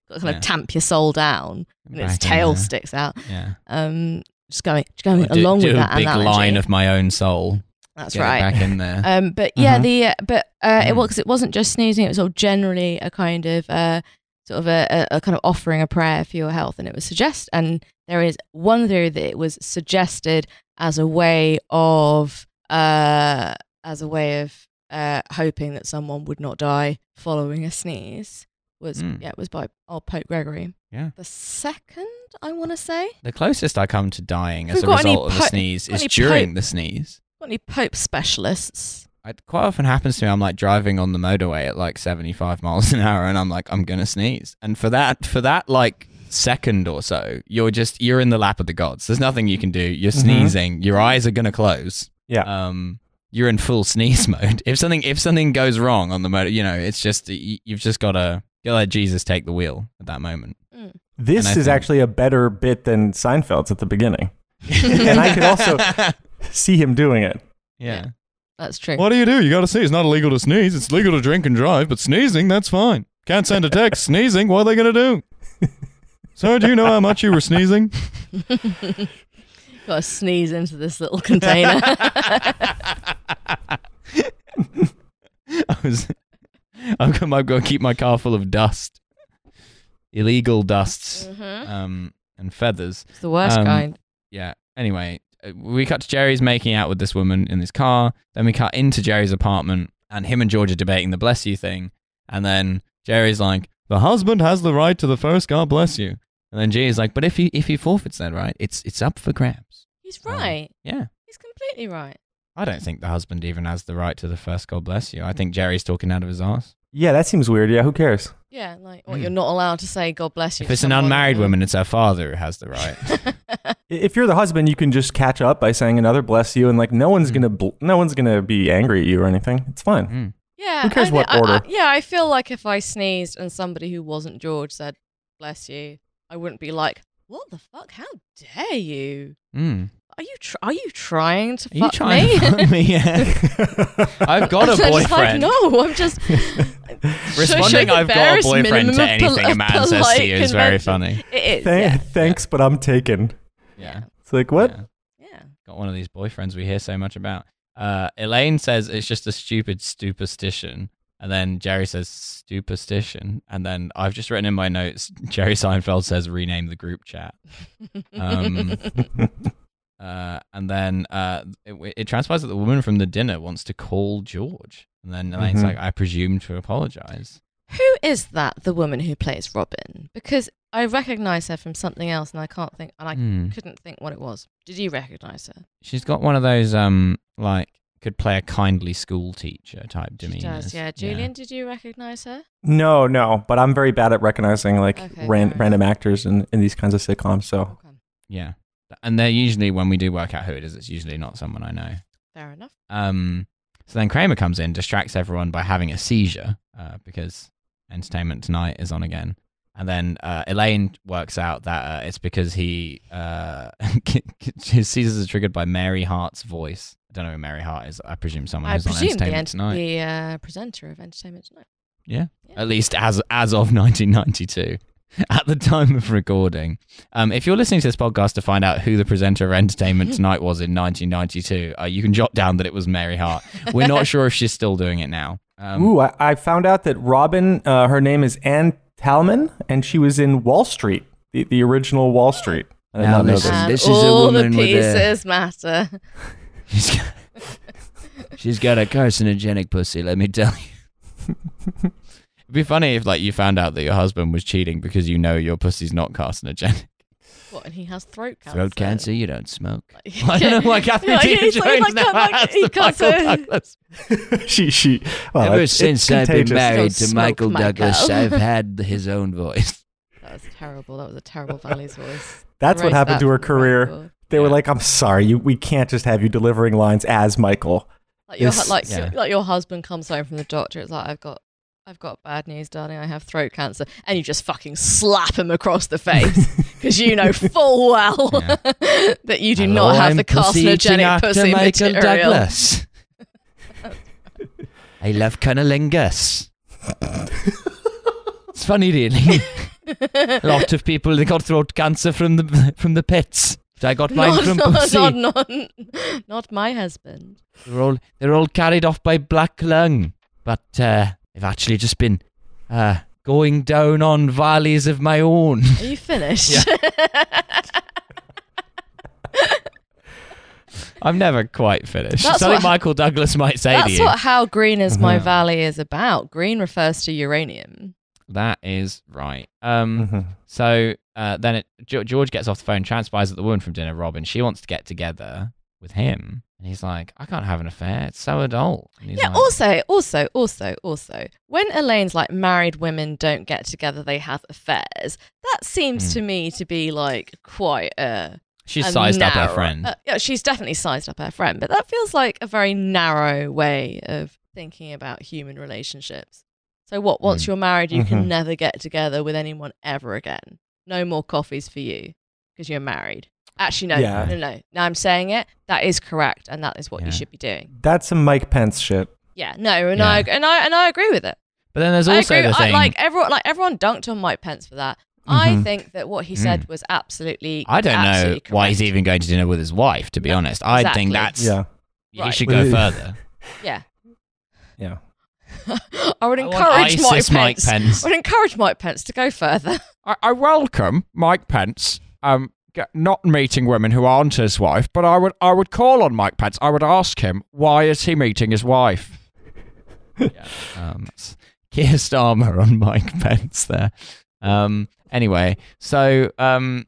A: got to kind
C: Yeah.
A: of tamp your soul down, and its
C: Back in
A: tail
C: there.
A: sticks out.
C: Yeah.
A: Um, just going, just going
C: Or do-
A: along
C: do
A: with
C: a
A: that
C: big
A: analogy.
C: line of my own soul.
A: That's
C: Get it
A: right.
C: back in there.
A: Um, but yeah,
C: Mhm.
A: the uh, but uh, it
C: Mm.
A: was it wasn't just snoozing. It was all generally a kind of uh, sort of a, a, a kind of offering a prayer for your health, and it was suggest. And there is one theory that it was suggested as a way of uh, as a way of uh, hoping that someone would not die following a sneeze. Was
C: Mm.
A: yeah, it was by old Pope Gregory.
C: Yeah.
A: the second I want to say.
C: the closest I come to dying
A: If
C: as a
A: we've got any
C: result of a
A: po-
C: sneeze is
A: any
C: during
A: po-
C: the sneeze.
A: Got any Pope specialists?
C: It quite often happens to me. I'm like driving on the motorway at like 75 miles an hour, and I'm like, I'm gonna sneeze. And for that, for that like second or so, you're just you're in the lap of the gods. There's nothing you can do. You're
B: Mhm.
C: sneezing. Your eyes are gonna close.
B: Yeah.
C: Um, you're in full sneeze mode. If something if something goes wrong on the motor, you know, it's just y- you've just gotta you let Jesus take the wheel at that moment.
B: This
C: And I
B: is
C: think-
B: actually a better bit than Seinfeld's at the beginning. and I could also see him doing it.
C: yeah.
A: That's true.
C: do you do? You got to sneeze. It's not illegal to sneeze. It's legal to drink and drive, but sneezing, that's fine. Can't send a text. sneezing, what are they going to do? Sir, do you know how much you were sneezing?
A: Got to sneeze into this little container.
C: I was. I'm going I've got to keep my car full of dust, illegal dusts,
A: Mhm.
C: um, and feathers.
A: It's the worst
C: Um,
A: kind.
C: yeah. Anyway, uh, we cut to Jerry's making out with this woman in his car. Then we cut into Jerry's apartment, and him and George are debating the bless you thing. And then Jerry's like, "The husband has the right to the first God bless you." And then G is like, "But if he if he forfeits that right, it's it's up for grabs."
A: He's
C: um,
A: right.
C: Yeah.
A: He's completely right.
C: I don't think the husband even has the right to the first God bless you. I think Jerry's talking out of his ass.
B: Yeah, that seems weird. Yeah, who cares?
A: Yeah, like well,
C: Mm.
A: you're not allowed to say God bless you.
C: If
A: to
C: it's an
A: someone.
C: unmarried woman, it's her father who has the right.
B: I- If you're the husband, you can just catch up by saying another bless you, and like no one's
C: Mm.
B: gonna bl- no one's gonna be angry at you or anything. It's fine.
C: Mm.
A: yeah.
B: Who cares
A: I
B: what
A: thi- I- I-
B: order?
A: yeah, I feel like if I sneezed and somebody who wasn't George said bless you, I wouldn't be like, what the fuck? How dare you?
C: Mm.
A: Are you tr- are you trying to
C: Are you
A: fuck
C: trying
A: me?
C: to fuck me? Yeah. I've got a
A: I'm
C: boyfriend.
A: just like, no, I'm just Show- show
C: Responding,
A: the
C: I've got a
A: barest
C: boyfriend
A: minimum
C: to
A: of
C: anything
A: pol-
C: a
A: of
C: man says to
A: polite
C: you is very
A: convention.
C: funny.
A: It is.
B: Thank-
A: yeah.
B: Thanks, but I'm taken.
C: Yeah.
B: It's like what?
C: yeah.
A: yeah.
C: Got one of these boyfriends we hear so much about. Uh, Elaine says it's just a stupid superstition. And then Jerry says superstition. And then I've just written in my notes Jerry Seinfeld says rename the group chat. Um, Uh, and then uh, it, it transpires that the woman from the dinner wants to call George. And then Elaine's
B: Mhm.
C: like, I presume to apologize.
A: Who is that? The woman who plays Robin? Because I recognise her from something else, and I can't think, and I
C: Hmm.
A: couldn't think what it was. Did you recognise her?
C: She's got one of those, um, like, could play a kindly school teacher type demeanor.
A: She does. Yeah, Julian, did you recognise her?
B: No, no. But I'm very bad at recognizing like
A: Okay,
B: ran-
A: fair enough.
B: random actors in, in these kinds of sitcoms. So
A: Okay,
C: Yeah. And they're usually, when we do work out who it is, it's usually not someone I know.
A: fair enough.
C: Um, so then Kramer comes in, distracts everyone by having a seizure uh, because Entertainment Tonight is on again. And then uh, Elaine works out that uh, it's because he uh, his seizures are triggered by Mary Hart's voice. I don't know who Mary Hart is. I presume someone
A: I
C: who's on
A: presume the,
C: Entertainment
A: ent-
C: Tonight.
A: the uh, presenter of Entertainment Tonight. Yeah.
C: at least as as of 1992 at the time of recording um, if you're listening to this podcast to find out who the presenter of entertainment tonight was in 1992 uh, you can jot down that it was mary hart Oh, we're not sure if she's still doing it now um,
B: ooh, I, I found out that Robin, uh, her name is Ann Talman, and she was in Wall Street, the, the original Wall Street. I did
C: Now
B: not know
C: listen.
B: this.
A: And
C: this is a
A: Um, all
C: woman
A: the
C: with a-
A: pieces matter.
C: she's got, she's got a carcinogenic pussy let me tell you it'd be funny if like you found out that your husband was cheating because you know your pussy's not carcinogenic
A: What? And he has throat cancer.
C: throat cancer you don't smoke
A: Like-
C: I don't know why Catherine
A: Yeah,
C: Zeta
A: he's like,
C: Jones
A: like,
C: never
A: like,
C: has
A: he
C: the
A: can't
C: Michael
A: say-
C: Douglas
B: she she. Well,
C: Ever
B: it's- it's
C: since I've been
B: contagious.
C: married
A: Don't
C: to
A: smoke
C: Michael
A: my
C: Douglas,
A: girl.
C: I've had his own voice.
A: That was terrible. That was a terrible Valley's voice.
B: That's what
A: Erase
B: happened
A: that
B: to her
A: from the
B: career.
A: record.
B: They were
C: Yeah.
B: like, "I'm sorry, you, we can't just have you delivering lines as Michael."
A: Like your, hu-
B: It's-
A: like,
C: Yeah.
A: like your husband comes home from the doctor. It's like I've got, I've got bad news, darling. I have throat cancer, and you just fucking slap him across the face because you know full well that you do
C: Oh,
A: not have the carcinogenic pussy material.
C: Douglas. I love cunnilingus. it's funny, really. A lot of people they got throat cancer from the from the pits. I got mine
A: not,
C: from
A: not,
C: pussy.
A: not, not, not my husband.
C: They're all they're all carried off by black lung. But uh, I've actually just been uh, going down on valleys of my own.
A: Are you finished?
C: I'm never quite finished.
A: That's
C: Something
A: what-
C: Michael Douglas might say to
A: That's
C: you.
A: what How Green Is My
B: Mm-hmm.
C: Uh-huh.
A: Valley is about. Green refers to uranium.
C: That is right. Um,
B: Mhm.
C: So uh, then it, Ge- George gets off the phone, transpires at the woman from dinner, Robin. She wants to get together with him. And he's like, I can't have an affair. It's so adult. And he's
A: Yeah,
C: like,
A: also, also, also, also, when Elaine's like married women don't get together, they have affairs. That seems
C: Hmm.
A: to me to be like quite a.
C: She's
A: a
C: sized up her
A: narrow-
C: friend.
A: uh, yeah, she's definitely sized up her friend, but that feels like a very narrow way of thinking about human relationships. So, what, once
C: Hmm.
A: you're married, you
B: Mhm.
A: can never get together with anyone ever again. No more coffees for you because you're married. Actually, no,
B: Yeah.
A: no, no. Now I'm saying it. That is correct, and that is what
C: Yeah.
A: you should be doing.
B: That's some Mike Pence shit.
A: Yeah, no, and I
C: Yeah.
A: and I and I agree with it.
C: But then there's
A: I
C: also
A: agree.
C: the
A: with- I,
C: thing. Mm-hmm.
A: like everyone, like everyone dunked on Mike Pence for that. I
B: Mhm.
A: think that what he said was absolutely.
C: Mm. I don't know
A: absolutely
C: why he's
A: correct.
C: even going to dinner with his wife, to be
A: No,
C: honest. I think
A: exactly.
C: that's.
B: Yeah.
C: He
A: Right.
C: should
B: Well,
C: go
B: it-
C: further.
A: Yeah.
B: Yeah.
A: I would
C: I want
A: encourage Mike
C: ISIS
A: Pence.
C: Mike Pence.
A: I would encourage Mike Pence to go further.
C: I, I welcome Mike Pence. Um, g- not meeting women who aren't his wife, but I would I would call on Mike Pence. I would ask him why is he meeting his wife. yeah, um, that's Keir Starmer on Mike Pence there. Um, anyway, so um,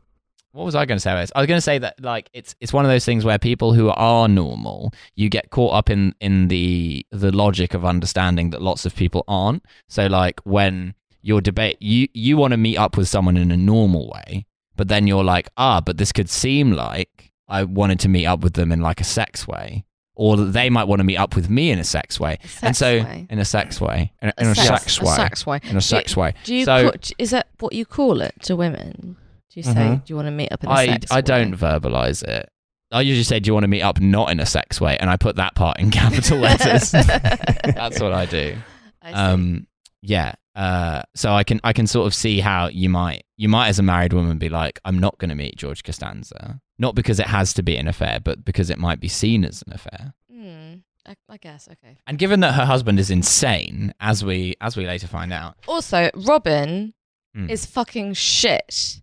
C: what was I going to say? about this? I was going to say that like it's it's one of those things where people who are normal, you get caught up in in the the logic of understanding that lots of people aren't. So like when your debate, you you want to meet up with someone in a normal way, but then you're like, ah, but this could seem like I wanted to meet up with them in like a sex way, or that they might want to meet up with me in a sex way, and
A: sex
C: so
A: way.
C: in a sex way, in a, in a sex,
A: a
C: way,
A: sex way.
C: in a sex way.
A: Do you?
C: So-
A: call- is that what you call it to women? Do you say?
B: Mhm.
A: Do you want to meet up in a
C: Mm-hmm. I
A: sex
C: I
A: way?
C: don't verbalize it. I usually say, "Do you want to meet up not in a sex way?" And I put that part in capital letters. That's what I do.
A: I see.
C: um yeah uh so i can i can sort of see how you might you might as a married woman be like i'm not going to meet george costanza not because it has to be an affair but because it might be seen as an affair
A: Hmm. I, I guess. Okay.
C: and given that her husband is insane as we as we later find out
A: Also, Robin
C: Hmm.
A: is fucking shit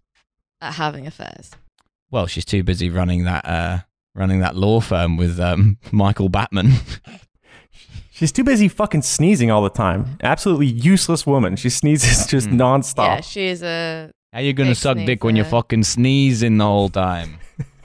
A: at having affairs.
C: well she's too busy running that uh running that law firm with um michael batman
B: She's too busy fucking sneezing all the time. Absolutely useless woman. She sneezes just
C: Mm.
A: Yeah,
B: nonstop.
A: she is a.
C: how you gonna
A: Big
C: suck dick when you're
A: sneezer.
C: fucking sneezing the whole time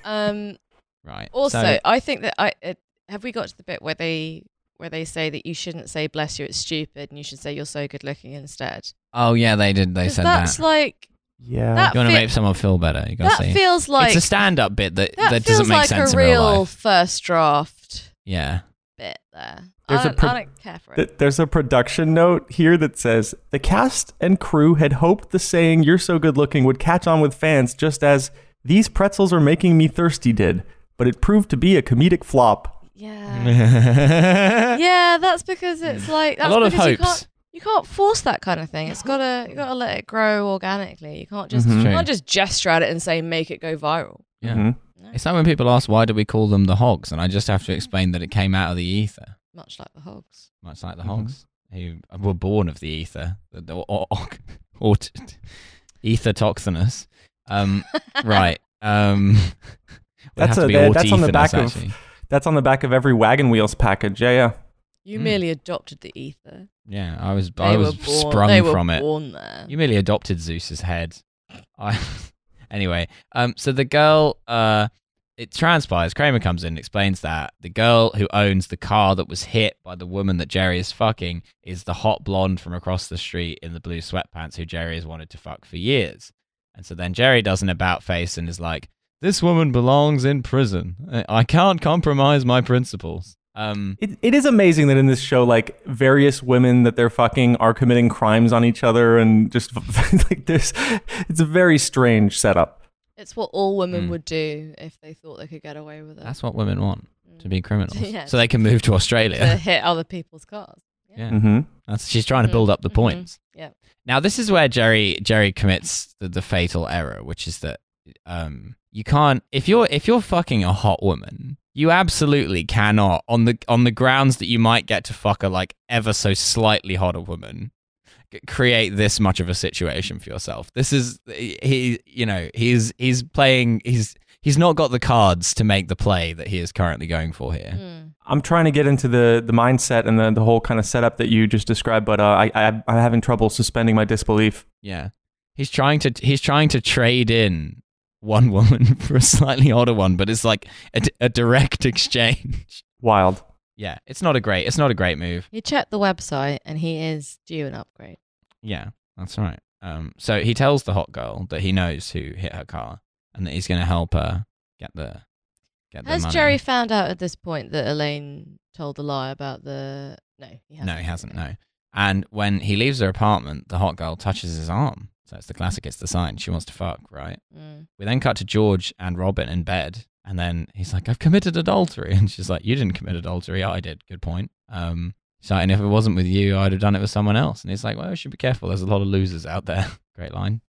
A: Um.
C: right
A: Also,
C: so-
A: I think that I it, have we got to the bit where they where they say that you shouldn't say "bless you," it's stupid, and you should say "you're so good looking" instead.
C: oh yeah they did they
A: 'Cause
C: said
A: that's
C: that Uh,
A: like
B: Yeah.
A: That
C: you want to
A: fe-
C: make someone feel better you gotta
A: that
C: say
A: feels like
C: it's a stand-up bit that
A: that,
C: that,
A: feels
C: doesn't make
A: like
C: sense
A: a
C: in real
A: real
C: life.
A: first draft
C: Yeah,
A: bit there.
B: There's
A: I
B: a
A: don't,
B: pro-
A: I don't care for it.
B: Th- There's a production note here that says the cast and crew had hoped the saying "You're so good looking" would catch on with fans, just as "These pretzels are making me thirsty" did, but it proved to be a comedic flop.
A: yeah. Yeah, that's because it's like
C: a
A: that's
C: lot of
A: because You
C: hopes.
A: can't, you can't force that kind of thing. It's gotta you gotta let it grow organically. You can't just
B: Mhm.
A: you
C: Mm-hmm. True.
A: can't just gesture at it and say make it go viral.
C: Yeah.
B: Mhm.
C: It's like when people ask why do we call them the hogs, and I just have to explain that it came out of the ether,
A: Much like the hogs.
C: much like the
B: Mhm.
C: hogs who were born of the ether, the, the or, or, or ether toxinus. Um, right. Um, would
B: That's
C: have to
B: a-
C: be
B: that- that's on the
C: autoethanous,
B: back of-
C: actually.
B: That's on the back of every wagon wheels package. Yeah, yeah.
A: You
C: Mm.
A: merely adopted the ether.
C: Yeah, I was
A: They
C: I was
A: were born,
C: sprung
A: they were
C: from it.
A: born there.
C: You merely adopted Zeus's head. I anyway. Um, so the girl, uh, it transpires. Kramer comes in, and explains that the girl who owns the car that was hit by the woman that Jerry is fucking is the hot blonde from across the street in the blue sweatpants who Jerry has wanted to fuck for years. And so then Jerry does an about face and is like, "This woman belongs in prison. I- I can't compromise my principles." Um,
B: It, it is amazing that in this show, like various women that they're fucking are committing crimes on each other, and just like there's, it's a very strange setup.
A: It's what all women
C: Mm.
A: would do if they thought they could get away with it.
C: that's what women want
A: Mm.
C: to be criminals,
A: Yeah.
C: so they can move to Australia.
A: to hit other people's cars.
C: Yeah.
B: Mm-hmm.
C: That's, she's trying to build up the
A: Mhm.
C: points.
A: Yeah.
C: Now this is where Jerry Jerry commits the, the fatal error, which is that um you can't if you're if you're fucking a hot woman, you absolutely cannot on the on the grounds that you might get to fuck a like ever so slightly hotter woman c- create this much of a situation for yourself. This is he you know, he's he's playing he's he's not got the cards to make the play that he is currently going for here.
A: Mm.
B: I'm trying to get into the, the mindset and the, the whole kind of setup that you just described, but uh, I, I I'm having trouble suspending my disbelief.
C: Yeah. He's trying to he's trying to trade in one woman for a slightly older one, but it's like a, d- a direct exchange.
B: Wild.
C: Yeah, it's not a great it's not a great move.
A: He checked the website and he is due an upgrade.
C: Yeah, that's right. Um, so he tells the hot girl that he knows who hit her car and that he's going to help her get the get the
A: Has
C: money.
A: Jerry found out at this point that Elaine told a lie about the? No, he hasn't.
C: No, he hasn't. No. And when he leaves her apartment, the hot girl touches his arm. So it's the classic. It's the sign she wants to fuck, right?
A: Mm.
C: We then cut to George and Robin in bed, and then he's like, "I've committed adultery," and she's like, "You didn't commit adultery. I did. Good point." Um, she's like, "And if it wasn't with you, I'd have done it with someone else." And he's like, "Well, we should be careful. There's a lot of losers out there." Great line.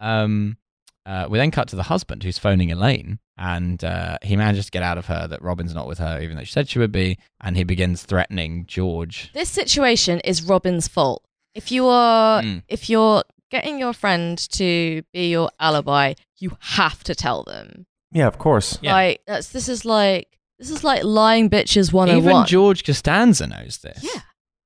C: Um, uh, we then cut to the husband who's phoning Elaine, and uh, he manages to get out of her that Robin's not with her, even though she said she would be, and he begins threatening George.
A: This situation is Robin's fault. If you are,
C: Mm.
A: if you're getting your friend to be your alibi, you have to tell them.
B: Yeah, of course.
C: Yeah.
A: Like that's this is like this is like lying bitches one hundred and
C: Even
A: one.
C: George Costanza knows this.
A: Yeah.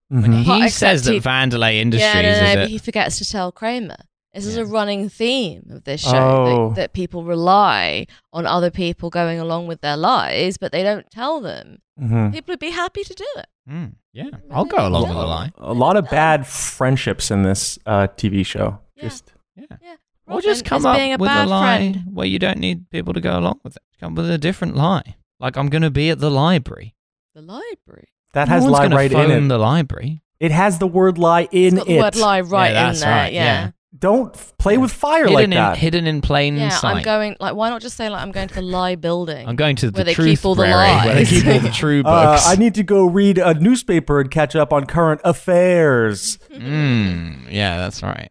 C: When
B: Mhm.
A: Well,
C: he
A: except
C: says that
A: he-
C: Vandalay Industries
A: Yeah, no, no,
C: is
A: no,
C: a-
A: but he forgets to tell Kramer. This is
C: Yeah.
A: a running theme of this show
B: Oh.
A: that, that people rely on other people going along with their lies, but they don't tell them.
C: Hmm.
B: Mhm.
A: People would be happy to do it.
C: Mm, yeah, I'll go along with the
A: Yeah.
C: line.
B: A lot of bad friendships in this uh, TV show.
A: Yeah.
B: Just
C: Um, Yeah,
A: Yeah,
C: or just
A: Robin
C: come
A: is
C: up
A: being a
C: with
A: bad
C: a lie
A: friend.
C: where you don't need people to go along with it. Come up with a different lie. Like I'm going to be at the library.
A: The library.
B: that
C: no
B: has
C: one's
B: lie
C: gonna
B: right
C: phone
B: in it.
C: the library.
B: It has the word lie
A: It's
B: in
A: got the word
B: it.
A: lie right in
C: that's
A: there.
C: right,
A: yeah.
B: Don't f- play with fire
C: hidden
B: like
C: in
B: that.
C: hidden in plain
A: Yeah,
C: sight.
A: I'm going like why not just say like I'm going to the lie building?
C: I'm going to the
A: where they keep
C: truth
A: all the
C: library where they
A: lies.
C: keep all the true
B: Uh,
C: books.
B: I need to go read a newspaper and catch up on current affairs.
C: Mm, yeah, that's right.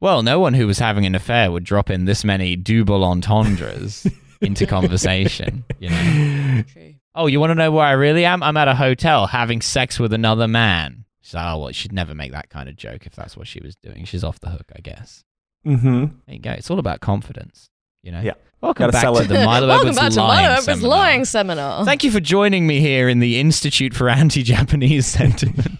C: Well, no one who was having an affair would drop in this many double entendres into conversation. You know?
A: True.
C: Oh, you want to know where I really am? I'm at a hotel having sex with another man. So, oh, well, she'd never make that kind of joke if that's what she was doing. She's off the hook, I guess.
B: Mm-hmm.
C: There you go. It's all about confidence, you know?
B: Yeah.
C: Welcome
B: Gotta
C: back
B: sell
C: to
B: it.
C: the Milo
A: Welcome
C: Edwards
A: back to
C: lying
A: Milo Edwards
C: seminar.
A: lying seminar.
C: Thank you for joining me here in the Institute for Anti-Japanese Sentiment.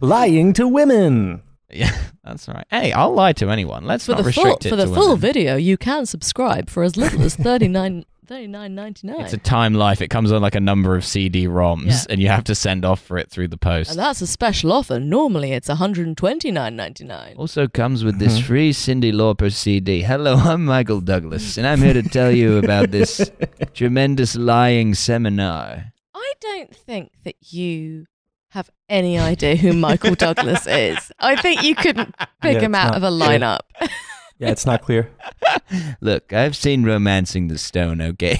B: Lying to women.
C: yeah, that's right. Hey, I'll lie to anyone. Let's
A: for
C: not
A: the full
C: restrict it
A: for the
C: to
A: full
C: women.
A: video, you can subscribe for as little as 39 39.99.
C: It's a time life. It comes on like a number of CD-ROMs,
A: Yeah.
C: and you have to send off for it through the post.
A: And that's a special offer. Normally it's 129.99.
C: Also comes with this
D: Mm-hmm.
C: free Cindy Lauper CD. Hello, I'm Michael Douglas, and I'm here to tell you about this tremendous lying seminar.
A: I don't think that you have any idea who Michael Douglas is. I think you couldn't pick
B: Yeah,
A: him
B: it's
A: out
B: not-
A: of a lineup.
B: Yeah, it's not clear.
C: Look, I've seen Romancing the Stone, okay?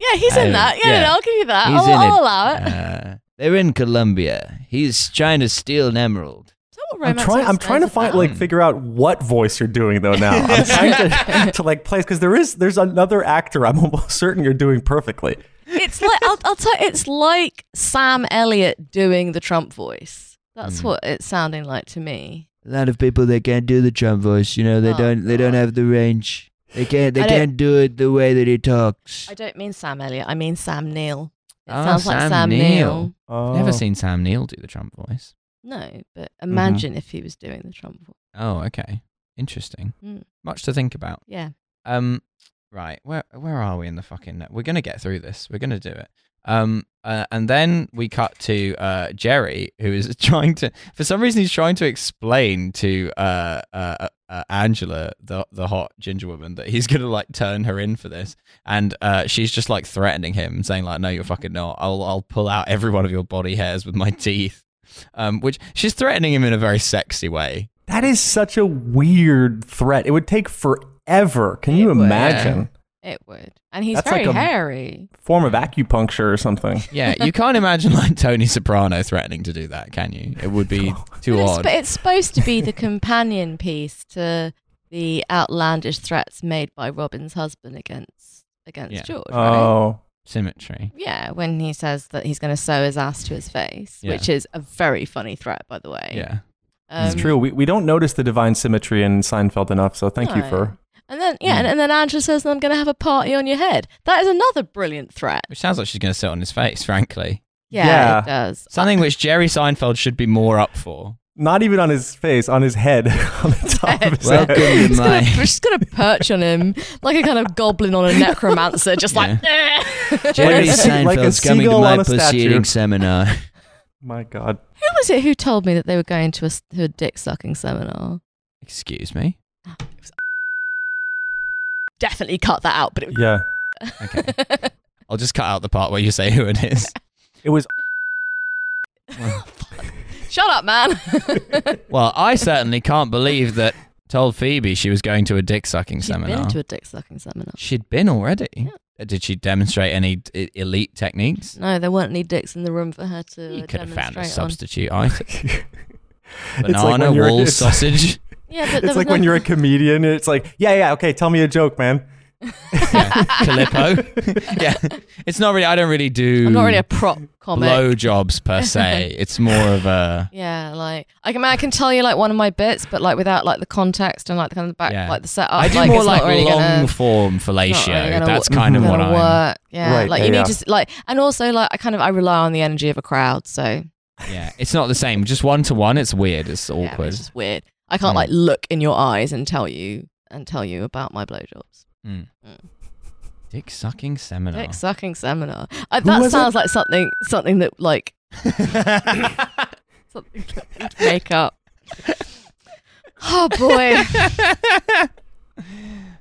A: Yeah, he's in
C: I-
A: that. Yeah,
C: yeah.
A: No, I'll give you
D: Uh,
A: that.
C: He's
D: oh,
A: I'll,
C: in
A: I'll
C: it.
A: allow it.
C: Uh, they're in Colombia. He's trying to steal an emerald.
A: Is that what
B: I'm
A: Romance
B: trying.
A: Has
B: I'm trying to
A: Friends
B: find,
A: about?
B: like, figure out what voice you're doing though. Now I'm trying to, to like place because there is there's another actor. I'm almost certain you're doing perfectly.
A: it's like I'll, I'll tell. It's like Sam Elliott doing the Trump voice. That's
C: Mm.
A: what it's sounding like to me.
D: a lot of people they can't do the Trump voice. You know, they
A: Oh,
D: don't they don't
A: God.
D: have the range. They can't they
A: I don't-
D: can't do it the way that he talks.
A: I don't mean Sam Elliott. I mean Sam Neill. It
C: Oh,
A: sounds like
C: Sam
A: Sam Neill.
C: Neill.
B: Oh.
C: Never seen Sam Neill do the Trump voice.
A: No, but
C: Mm-hmm.
A: imagine if he was doing the Trump voice.
C: Oh, okay. Interesting.
D: Hmm.
A: Mm.
C: Much to think about.
A: Yeah.
C: Um, right. Where where are we in the fucking? We're gonna get through this. We're gonna do it. Um, uh, and then we cut to uh, Jerry, who is trying to, for some reason, he's trying to explain to uh, uh, uh, Angela, the the hot ginger woman, that he's gonna like turn her in for this, and uh, she's just like threatening him, and saying like, "No, you're fucking not. I'll I'll pull out every one of your body hairs with my teeth." Um, which she's threatening him in a very sexy way.
B: That is such a weird threat. It would take forever. Can
A: It
B: you
A: would.
B: imagine?
A: It It would. And he's
B: That's
A: very
B: like a-
A: hairy.
B: Form of acupuncture or something.
C: Yeah, you can't imagine like Tony Soprano threatening to do that, can you? It would be too
A: But it's,
C: odd.
A: but it's supposed to be the companion piece to the outlandish threats made by Robin's husband against against
C: Yeah.
A: George. right?
B: Oh,
C: Symmetry.
A: Yeah, when he says that he's going to sew his ass to his face,
C: Yeah.
A: which is a very funny threat, by the way.
C: Yeah.
B: it's
A: Um,
B: true. We, we don't notice the divine symmetry in Seinfeld enough, so thank you
A: No.
B: for. Mm.
A: And then yeah, and, and then Angela says, "I'm going to have a party on your head." That is another brilliant threat.
C: Which sounds like she's going to sit on his face, frankly.
A: Yeah,
B: Yeah.
A: it does.
C: Something which Jerry Seinfeld should be more up for.
B: Not even on his face, on his head. on the top of his
D: Welcome
B: head.
D: to
A: She's gonna,
D: my.
A: she's gonna perch on him like a kind of goblin on a necromancer, just like.
D: Jerry
B: Like a se-
D: Seinfeld's
B: like a
D: coming to
B: seagull
D: my
B: on a
D: pussy
B: statue.
D: eating seminar.
B: My God.
A: Who was it who told me that they were going to a, s- to a dick sucking seminar?
C: Excuse me.
A: Definitely cut that out, but it was.
B: Yeah.
C: Okay. I'll just cut out the part where you say who it is.
B: It was.
A: Shut up, man.
C: Well, I certainly can't believe that told Phoebe she was going to a dick sucking
A: She's
C: seminar.
A: been to a dick sucking seminar.
C: She'd been already. Uh, Did she demonstrate any I- elite techniques?
A: No, there weren't any dicks in the room for her to
C: You
A: uh,
C: could have found a
A: demonstrate
C: substitute item.
B: like
C: Banana,
B: when you're-
C: wool,
B: it's-
C: sausage.
A: on. Yeah, but there
B: It's
A: was
B: like
A: no-
B: when you're a comedian, it's like, yeah, yeah, okay, tell me a joke, man.
C: yeah. Calippo. yeah. It's not really, I don't really do
A: I'm not really a prop comic.
C: blowjobs per se. It's more of a.
A: Yeah, like I can, I can tell you like one of my bits, but like without like the context and like the kind of back,
C: Yeah.
A: like the setup.
C: I do
A: Oh, like,
C: more
A: it's
C: like
A: not really
C: long
A: gonna,
C: form
A: not
C: fellatio.
A: really gonna
C: That's
A: wo-
C: kind of
A: gonna
C: what I'm.
A: work. Yeah,
B: Right,
A: like
B: yeah,
A: you need
B: yeah.
A: to s- like, and also like I kind of I rely on the energy of a crowd, so
C: Yeah. It's not the same. Just one to one. It's weird. It's
A: yeah,
C: awkward.
A: it's just weird. I can't
C: Mm.
A: like look in your eyes and tell you and tell you about my blowjobs.
C: Hmm. Dick sucking seminar.
A: Mm. Dick sucking seminar. I,
B: Who
A: that
B: was
A: sounds like something something that like something that we'd make up. Oh boy.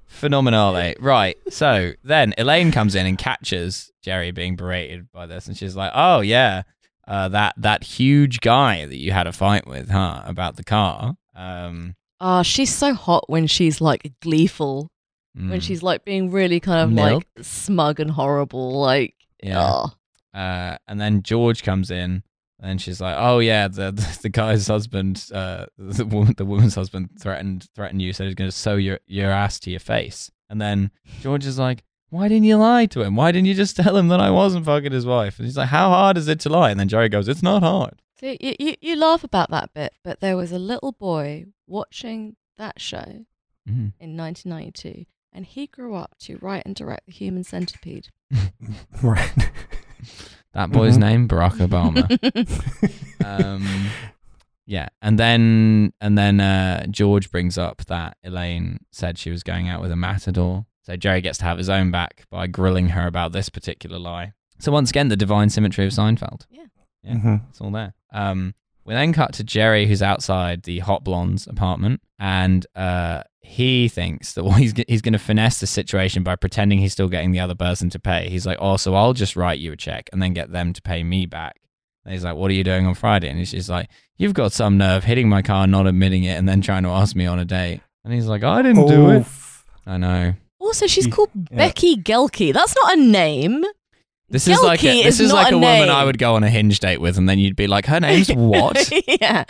C: Phenomenale. Right. So then Elaine comes in and catches Jerry being berated by this, and she's like, "Oh yeah, uh, that that huge guy that you had a fight with, huh? About the car." Um,
A: Ah, she's so hot when she's like gleeful, when
C: mm,
A: she's like being really kind of like smug and horrible, like
C: yeah.
A: oh.
C: Uh, and then George comes in, and she's like, "Oh yeah, the the, the guy's husband, uh, the woman, the woman's husband threatened threatened you, said he's going to sew your your ass to your face." And then George is like, "Why didn't you lie to him? Why didn't you just tell him that I wasn't fucking his wife?" And he's like, "How hard is it to lie?" And then Jerry goes, "It's not hard."
A: So you, you you laugh about that bit, but there was a little boy watching that show
C: Mhm.
A: in 1992, and he grew up to write and direct the Human Centipede.
B: Right.
C: That boy's
B: Mhm.
C: name Barack Obama. um, yeah, and then and then uh, George brings up that Elaine said she was going out with a matador, so Jerry gets to have his own back by grilling her about this particular lie. So once again, the divine symmetry of Seinfeld. Yeah.
B: Mhm.
C: It's all there. Um, we then cut to Jerry, who's outside the hot blonde's apartment, and uh, he thinks that well, he's g- he's going to finesse the situation by pretending he's still getting the other person to pay. He's like, "Oh, so I'll just write you a check and then get them to pay me back." And he's like, "What are you doing on Friday?" And she's like, "You've got some nerve hitting my car, not admitting it, and then trying to ask me on a date." And he's like, "I didn't
B: Oh.
C: do it."
B: Oof.
C: I know.
A: also, she's
B: Yeah.
A: called Becky Gelke. That's not a name.
C: This is like a,
A: Gelke
C: this
A: is
C: is,
A: not
C: like a,
A: a
C: woman
A: name.
C: I would go on a hinge date with, and then you'd be like, "Her name's what?"
A: yeah,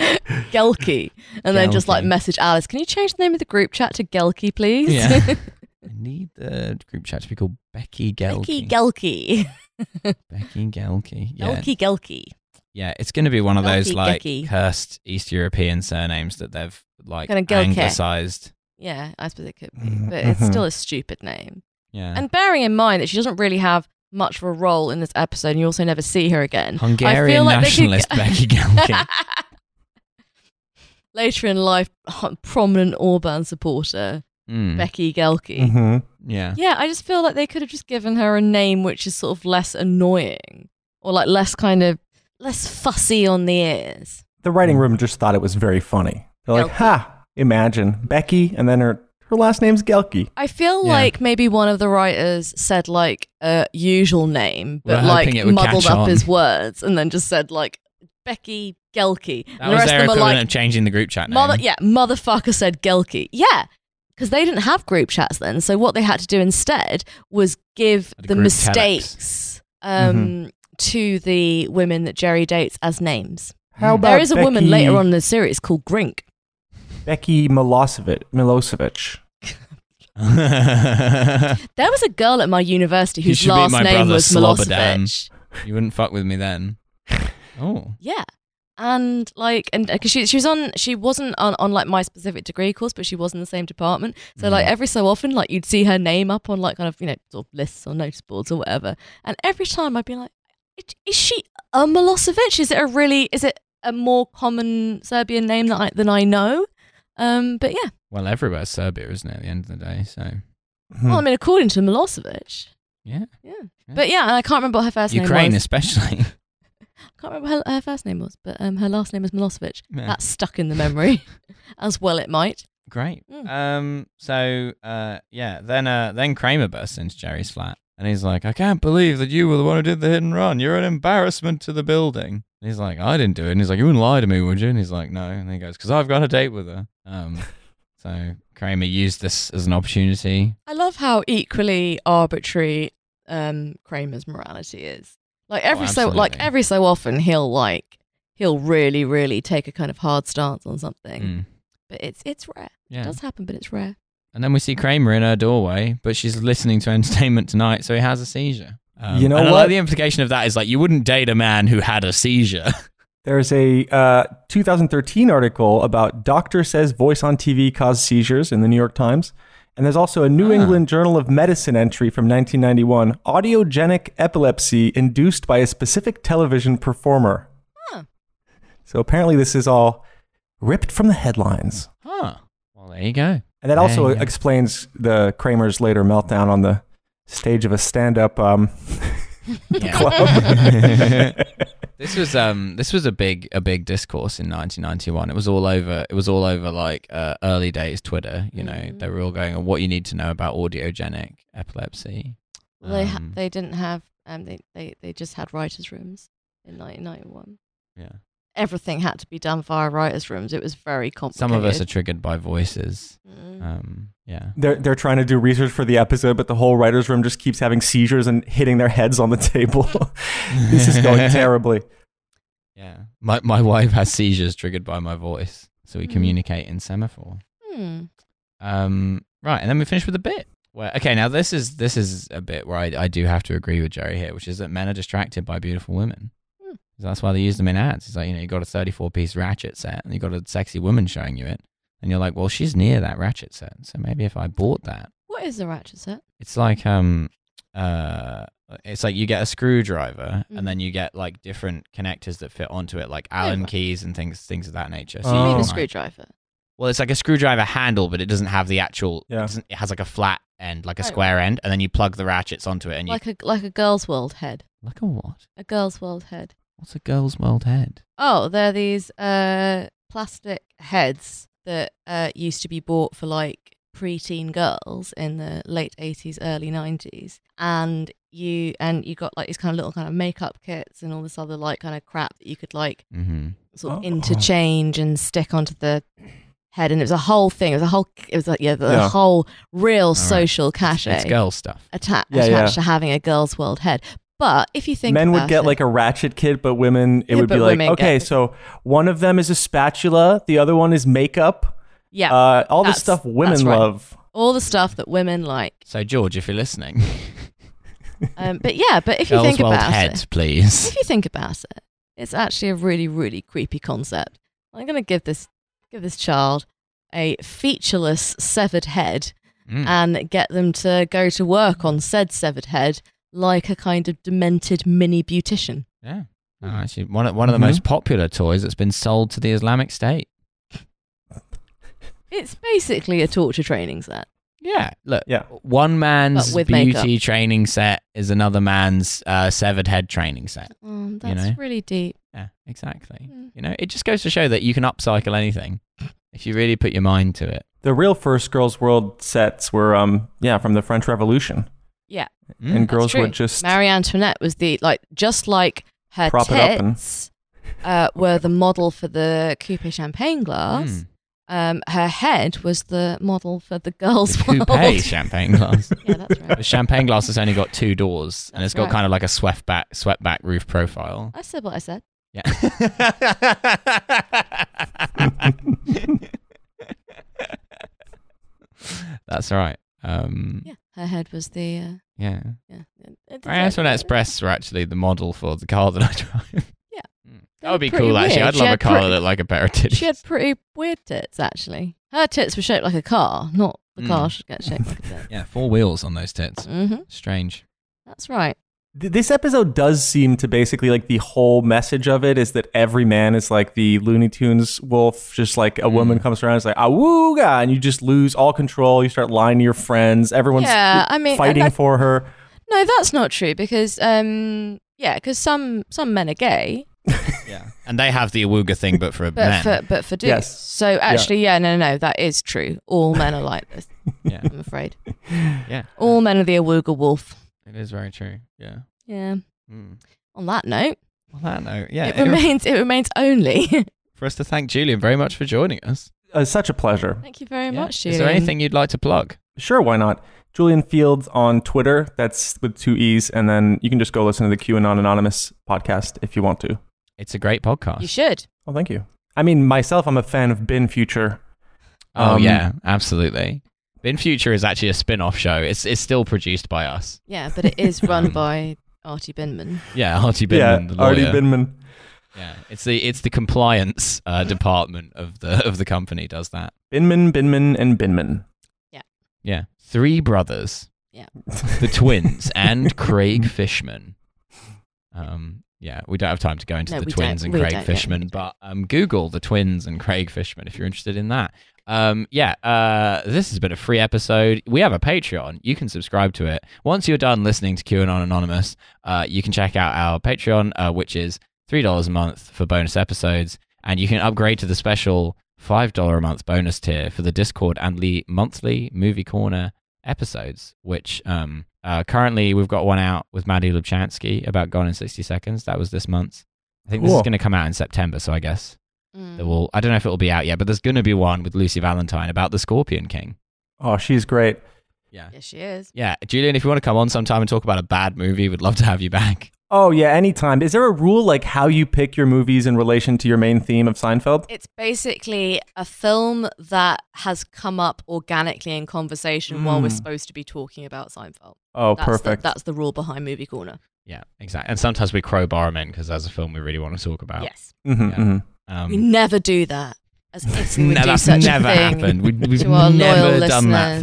A: Gelke, and then just like
C: Gelke.
A: message Alice. Can you change the name of the group chat to Gelke, please?
C: Yeah. I need the group chat to be called Becky Gelke.
A: Becky Gelke.
C: Becky Gelke. Yeah.
A: Gelky Gelky.
C: Yeah, it's going to be one of those
A: Gelke,
C: like
A: Gecky.
C: cursed East European surnames that they've like
A: Kinda Gelke.
C: anglicized.
A: Yeah, I suppose it could be,
B: Mhm,
A: but it's
B: mhm.
A: still a stupid name.
C: Mm-hmm. Yeah.
A: And bearing in mind that she doesn't really have much of a role in this episode, and you also never see her again. I
C: Hungarian
A: feel like they could
C: nationalist
A: get-
C: Becky Gelke.
A: Later in life, prominent Orban supporter
C: Mm,
A: Becky Gelke.
B: Mhm.
C: Yeah.
A: Yeah, I just feel like they could have just given her a name which is sort of less annoying or like less kind of less fussy on the ears.
B: The
C: Mm-hmm.
B: writing room just thought it was very funny. They're like,
A: Gelke.
B: ha, imagine Becky, and then her, her last name's Gelky.
A: I feel
C: Yeah.
A: like maybe one of the writers said like a usual name,
C: We're
A: but
C: hoping
A: like
C: it would
A: muddled
C: catch
A: up
C: on.
A: his words and then just said like Becky Gelke.
C: That
A: and the
C: was
A: rest
C: their
A: of them are
C: equivalent
A: like
C: of changing the group chat name.
A: mother yeah, motherfucker said Gelke. Yeah. because they didn't have group chats then. So what they had to do instead was give
C: Had
A: the
C: a group Mm-hmm.
A: mistakes um, to the women that Jerry dates as names.
B: How about
A: Mm. there is a
B: Becky,
A: woman later on in the series called Grink.
B: Becky Milosevic. Milosevic.
A: There was a girl at my university
C: You
A: whose
C: should be
A: last
C: my
A: name
C: brother,
A: was
C: Slobodan.
A: Milosevic.
C: you wouldn't fuck with me then. Oh.
A: Yeah. And like, and because she, she was on, she wasn't on, on like my specific degree course, but she was in the same department. So like every so often, like you'd see her name up on like kind of you know sort of lists or notice boards or whatever. And every time I'd be like, "Is- is she a Milosevic? Is it a really? Is it a more common Serbian name that I, than I know? Um, but yeah,
C: Well, everywhere's Serbia, isn't it, at the end of the day? So
B: Hmm.
A: well, I mean, according to Milosevic,
C: Yeah.
A: yeah. But yeah, and I can't remember what her first name
C: Ukraine
A: was.
C: especially.
A: I can't remember what her, her first name was, but um, her last name is Milosevic.
C: Yeah.
A: That's stuck in the memory, as well it might.
C: Great.
A: Mm.
C: Um. So, uh, yeah. Then, uh, then Kramer bursts into Jerry's flat, and he's like, "I can't believe that you were the one who did the hit and run. You're an embarrassment to the building." And he's like, "I didn't do it." And he's like, "You wouldn't lie to me, would you?" And he's like, "No." And he goes, "Cause I've got a date with her." Um. so Kramer used this as an opportunity.
A: I love how equally arbitrary um, Kramer's morality is. Like every so like
C: Oh, absolutely.
A: every so often he'll like he'll really really take a kind of hard stance on something,
C: Mm.
A: but it's it's rare. It
C: Yeah.
A: does happen, but it's rare.
C: And then we see Kramer in her doorway, but she's listening to entertainment tonight, so he has a seizure. Um,
B: You know
C: and I
B: what?
C: like the implication of that is like you wouldn't date a man who had a seizure.
B: There's a uh, 2013 article about doctor says voice on TV caused seizures in the New York Times. And there's also a New
C: Ah.
B: England Journal of Medicine entry from 1991 audiogenic epilepsy induced by a specific television performer.
A: Huh.
B: So apparently, this is all ripped from the headlines.
C: huh. Well, there you go.
B: And that
C: There
B: also
C: you go.
B: explains the Kramer's later meltdown on the stage of a stand up um, club.
C: this was um this was a big a big discourse in 1991. It was all over. It was all over like uh, early days Twitter. You know
B: Mm-hmm.
A: Mhm.
C: they were all going on what you need to know about audiogenic epilepsy.
A: They ha-
C: Um,
A: they didn't have um, they, they they just had writers' rooms in 1991.
C: yeah.
A: Everything had to be done via writers' rooms. It was very complicated.
C: Some of us are triggered by voices.
A: Mm.
C: Um, yeah.
B: They're they're trying to do research for the episode, but the whole writers' room just keeps having seizures and hitting their heads on the table. this is going terribly.
C: Yeah. My my wife has seizures triggered by my voice, so
B: Mm-hmm.
C: we
A: Mm.
C: communicate in semaphore.
A: Hmm.
C: Um, right, and then we finish with a bit. Where, okay, now this is this is a bit where I, I do have to agree with Jerry here, which is that men are distracted by beautiful women.
A: Hmm.
C: That's why they use them in ads. It's like you know you got a thirty-four piece ratchet set, and you got a sexy woman showing you it, and you're like, well, she's near that ratchet set, so maybe if I bought that,
A: What is a ratchet set?
C: it's like um uh it's like you get a screwdriver
A: Mhm.
C: and then you get like different connectors that fit onto it, like Allen
A: right.
C: keys and things things of that nature.
A: Do you mean
B: Oh.
A: a
C: can, like-
A: screwdriver?
C: well, it's like a screwdriver handle, but it doesn't have the actual.
B: Yeah.
C: It, doesn't, it has like a flat end, like a
A: Oh.
C: square end, and then you plug the ratchets onto it, and you
A: Like a like a girl's world head.
C: like a what?
A: A girl's world head.
C: What's a girl's world head?
A: Oh, they're these uh, plastic heads that uh, used to be bought for like preteen girls in the late eighties, early nineties, and you and you got like these kind of little kind of makeup kits and all this other like kind of crap that you could like
C: Mm-hmm.
A: sort of
B: Oh.
A: interchange and stick onto the head, and it was a whole thing. It was a whole. It was like yeah, the
B: Yeah.
A: whole real
C: right.
A: social cachet
C: It's girl stuff.
A: atta-
B: Yeah,
A: attached
B: yeah.
A: to having a girl's world head. But if you think
B: Men would
A: about
B: get
A: it-
B: like a ratchet kit, but women it
A: Yeah,
B: would be
A: but
B: like,
A: women
B: okay,
A: get-
B: so one of them is a spatula, the other one is makeup.
A: yeah.
B: uh, all the
A: that's-
B: stuff women
A: that's right.
B: love.
A: all the stuff that women like.
C: So George, if you're listening,
A: Um, but yeah, but if you
C: girl's
A: think
C: world
A: about
C: head,
A: it,
C: please.
A: if you think about it, it's actually a really, really creepy concept. I'm going to give this give this child a featureless severed head
C: Mm.
A: and get them to go to work on said severed head like a kind of demented mini beautician.
C: yeah. No,
A: Mm.
C: actually, one of, one of the
B: Mhm.
C: most popular toys that's been sold to the Islamic State.
A: It's basically a torture training set.
C: Yeah. Look,
B: Yeah.
C: one man's
A: But with
C: beauty
A: makeup.
C: training set is another man's uh, severed head training set.
A: Um,
C: You
A: that's
C: know?
A: really deep.
C: Yeah, exactly.
A: Mm.
C: You know, it just goes to show that you can upcycle anything if you really put your mind to it.
B: The real first girls' world sets were, um, yeah, from the French Revolution,
A: Yeah.
C: Mm.
B: and
A: That's
B: girls
A: true.
B: would just
A: Marie Antoinette was the like just like her
B: Prop it up and-
A: tits uh, were the model for the coupe champagne glass.
B: Hmm.
C: Mm.
A: Um, her head was the model for the girls' world.
C: coupe champagne glass.
A: Yeah, that's right.
C: the champagne glass has only got two doors, and
A: That's
C: it's got
A: right.
C: kind of like a swept back, swept back roof profile.
A: I said what I said.
C: Yeah. That's right. Um, yeah.
A: Yeah, her head was the. Uh, yeah.
C: Right, that's when Express were actually the model for the car that I drive.
A: Yeah. They
C: Mm. That
A: were
C: would be
A: pretty
C: cool, actually.
A: weird.
C: I'd
A: She
C: love
A: had
C: a car
A: pretty-
C: that looked like a pair of titties.
A: She had pretty weird tits, actually. Her tits were shaped like a car, not the
B: Hmm.
C: Mm.
A: car should get shaped like a tit.
C: yeah, four wheels on those tits.
A: hmm
C: Strange.
A: That's right.
B: Th- This episode does seem to basically like the whole message of it is that every man is like the Looney Tunes wolf, just like a
C: Mm.
B: woman comes around, it's like awooga, and you just lose all control. You start lying to your friends. Everyone's
A: Yeah, I mean, and
B: fighting
A: that-
B: for her.
A: No, that's not true because, um, yeah, because some some men are gay,
C: Yeah. And they have the Awooga thing, but for a
A: but
C: man.
A: for but for dudes.
B: Yes.
A: So actually, yeah. no, no, no, that is true. All men are like this.
C: Yeah.
A: I'm afraid.
C: yeah.
A: All men are the awooga wolf.
C: It is very true. Yeah.
A: Yeah.
C: Mm.
A: On that note,
C: Well, that note, yeah.
A: it remains it remains only.
C: for us to thank Julian very much for joining us.
B: Uh, such a pleasure.
A: Thank you very
C: Yeah.
A: much, Julian.
C: Is there anything you'd like to plug?
B: Sure, why not? Julian Fields on Twitter. That's with two E's, and then you can just go listen to the QAnon Anonymous podcast if you want to.
C: It's a great podcast.
A: you should?
B: Oh, thank you. I mean, myself, I'm a fan of Bin Future.
C: oh
B: Um,
C: yeah, absolutely. Bin Future is actually a spin-off show. It's it's still produced by us.
A: Yeah, but it is run
C: Um,
A: by Artie Binman.
C: Yeah, Artie
B: yeah,
C: Binman, the lawyer.
B: Artie Binman.
C: yeah, it's the it's the compliance uh, department of the of the company does that.
B: Binman, Binman, and Binman.
C: Yeah, three brothers, the twins, and Craig Fishman. Um, yeah, we don't have time to go into
A: No,
C: the
A: we
C: twins
A: don't.
C: and
A: We
C: Craig
A: don't, yeah,
C: Fishman,
A: we
C: but um, Google the twins and Craig Fishman if you're interested in that. Um, yeah, uh, this has been a free episode. We have a Patreon. You can subscribe to it. Once you're done listening to QAnon Anonymous, uh, you can check out our Patreon, uh, which is $3 a month for bonus episodes. And you can upgrade to the special $5 a month bonus tier for the Discord and the monthly Movie Corner episodes, which um, uh, currently we've got one out with Maddie Lubchansky about Gone in 60 Seconds. That was this month. I think this
B: Cool.
C: is going to come out in September, so I guess
A: Mm.
C: it will. I don't know if it will be out yet, but there's going to be one with Lucy Valentine about the Scorpion King.
B: Oh, she's great.
C: Yeah.
A: Yes, she is.
C: Yeah. Julian, if you want to come on sometime and talk about a bad movie, we'd love to have you back.
B: Oh yeah, anytime. Is there a rule like how you pick your movies in relation to your main theme of Seinfeld?
A: It's basically a film that has come up organically in conversation while we're
B: Mm.
A: supposed to be talking about Seinfeld.
B: Oh,
A: that's
B: perfect.
A: The, that's the rule behind Movie Corner.
C: Yeah, exactly. And sometimes we crowbar them in because there's a film we really want to talk about.
A: Yes.
B: Mhm,
C: yeah.
B: mhm.
C: Um,
A: We never do that. As if we would
C: no,
A: do
C: that's
A: such
C: never
A: a thing.
C: happened. We, we've
A: to our
C: never
A: loyal
C: done that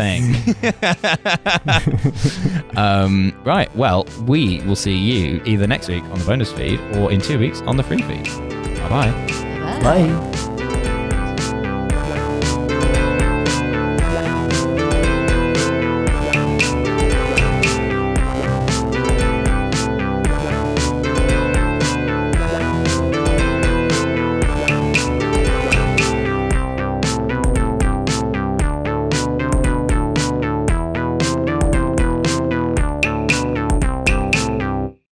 C: thing. um, right. Well, we will see you either next week on the bonus feed or in two weeks on the free feed. Bye bye.
A: Bye-bye.
B: Bye.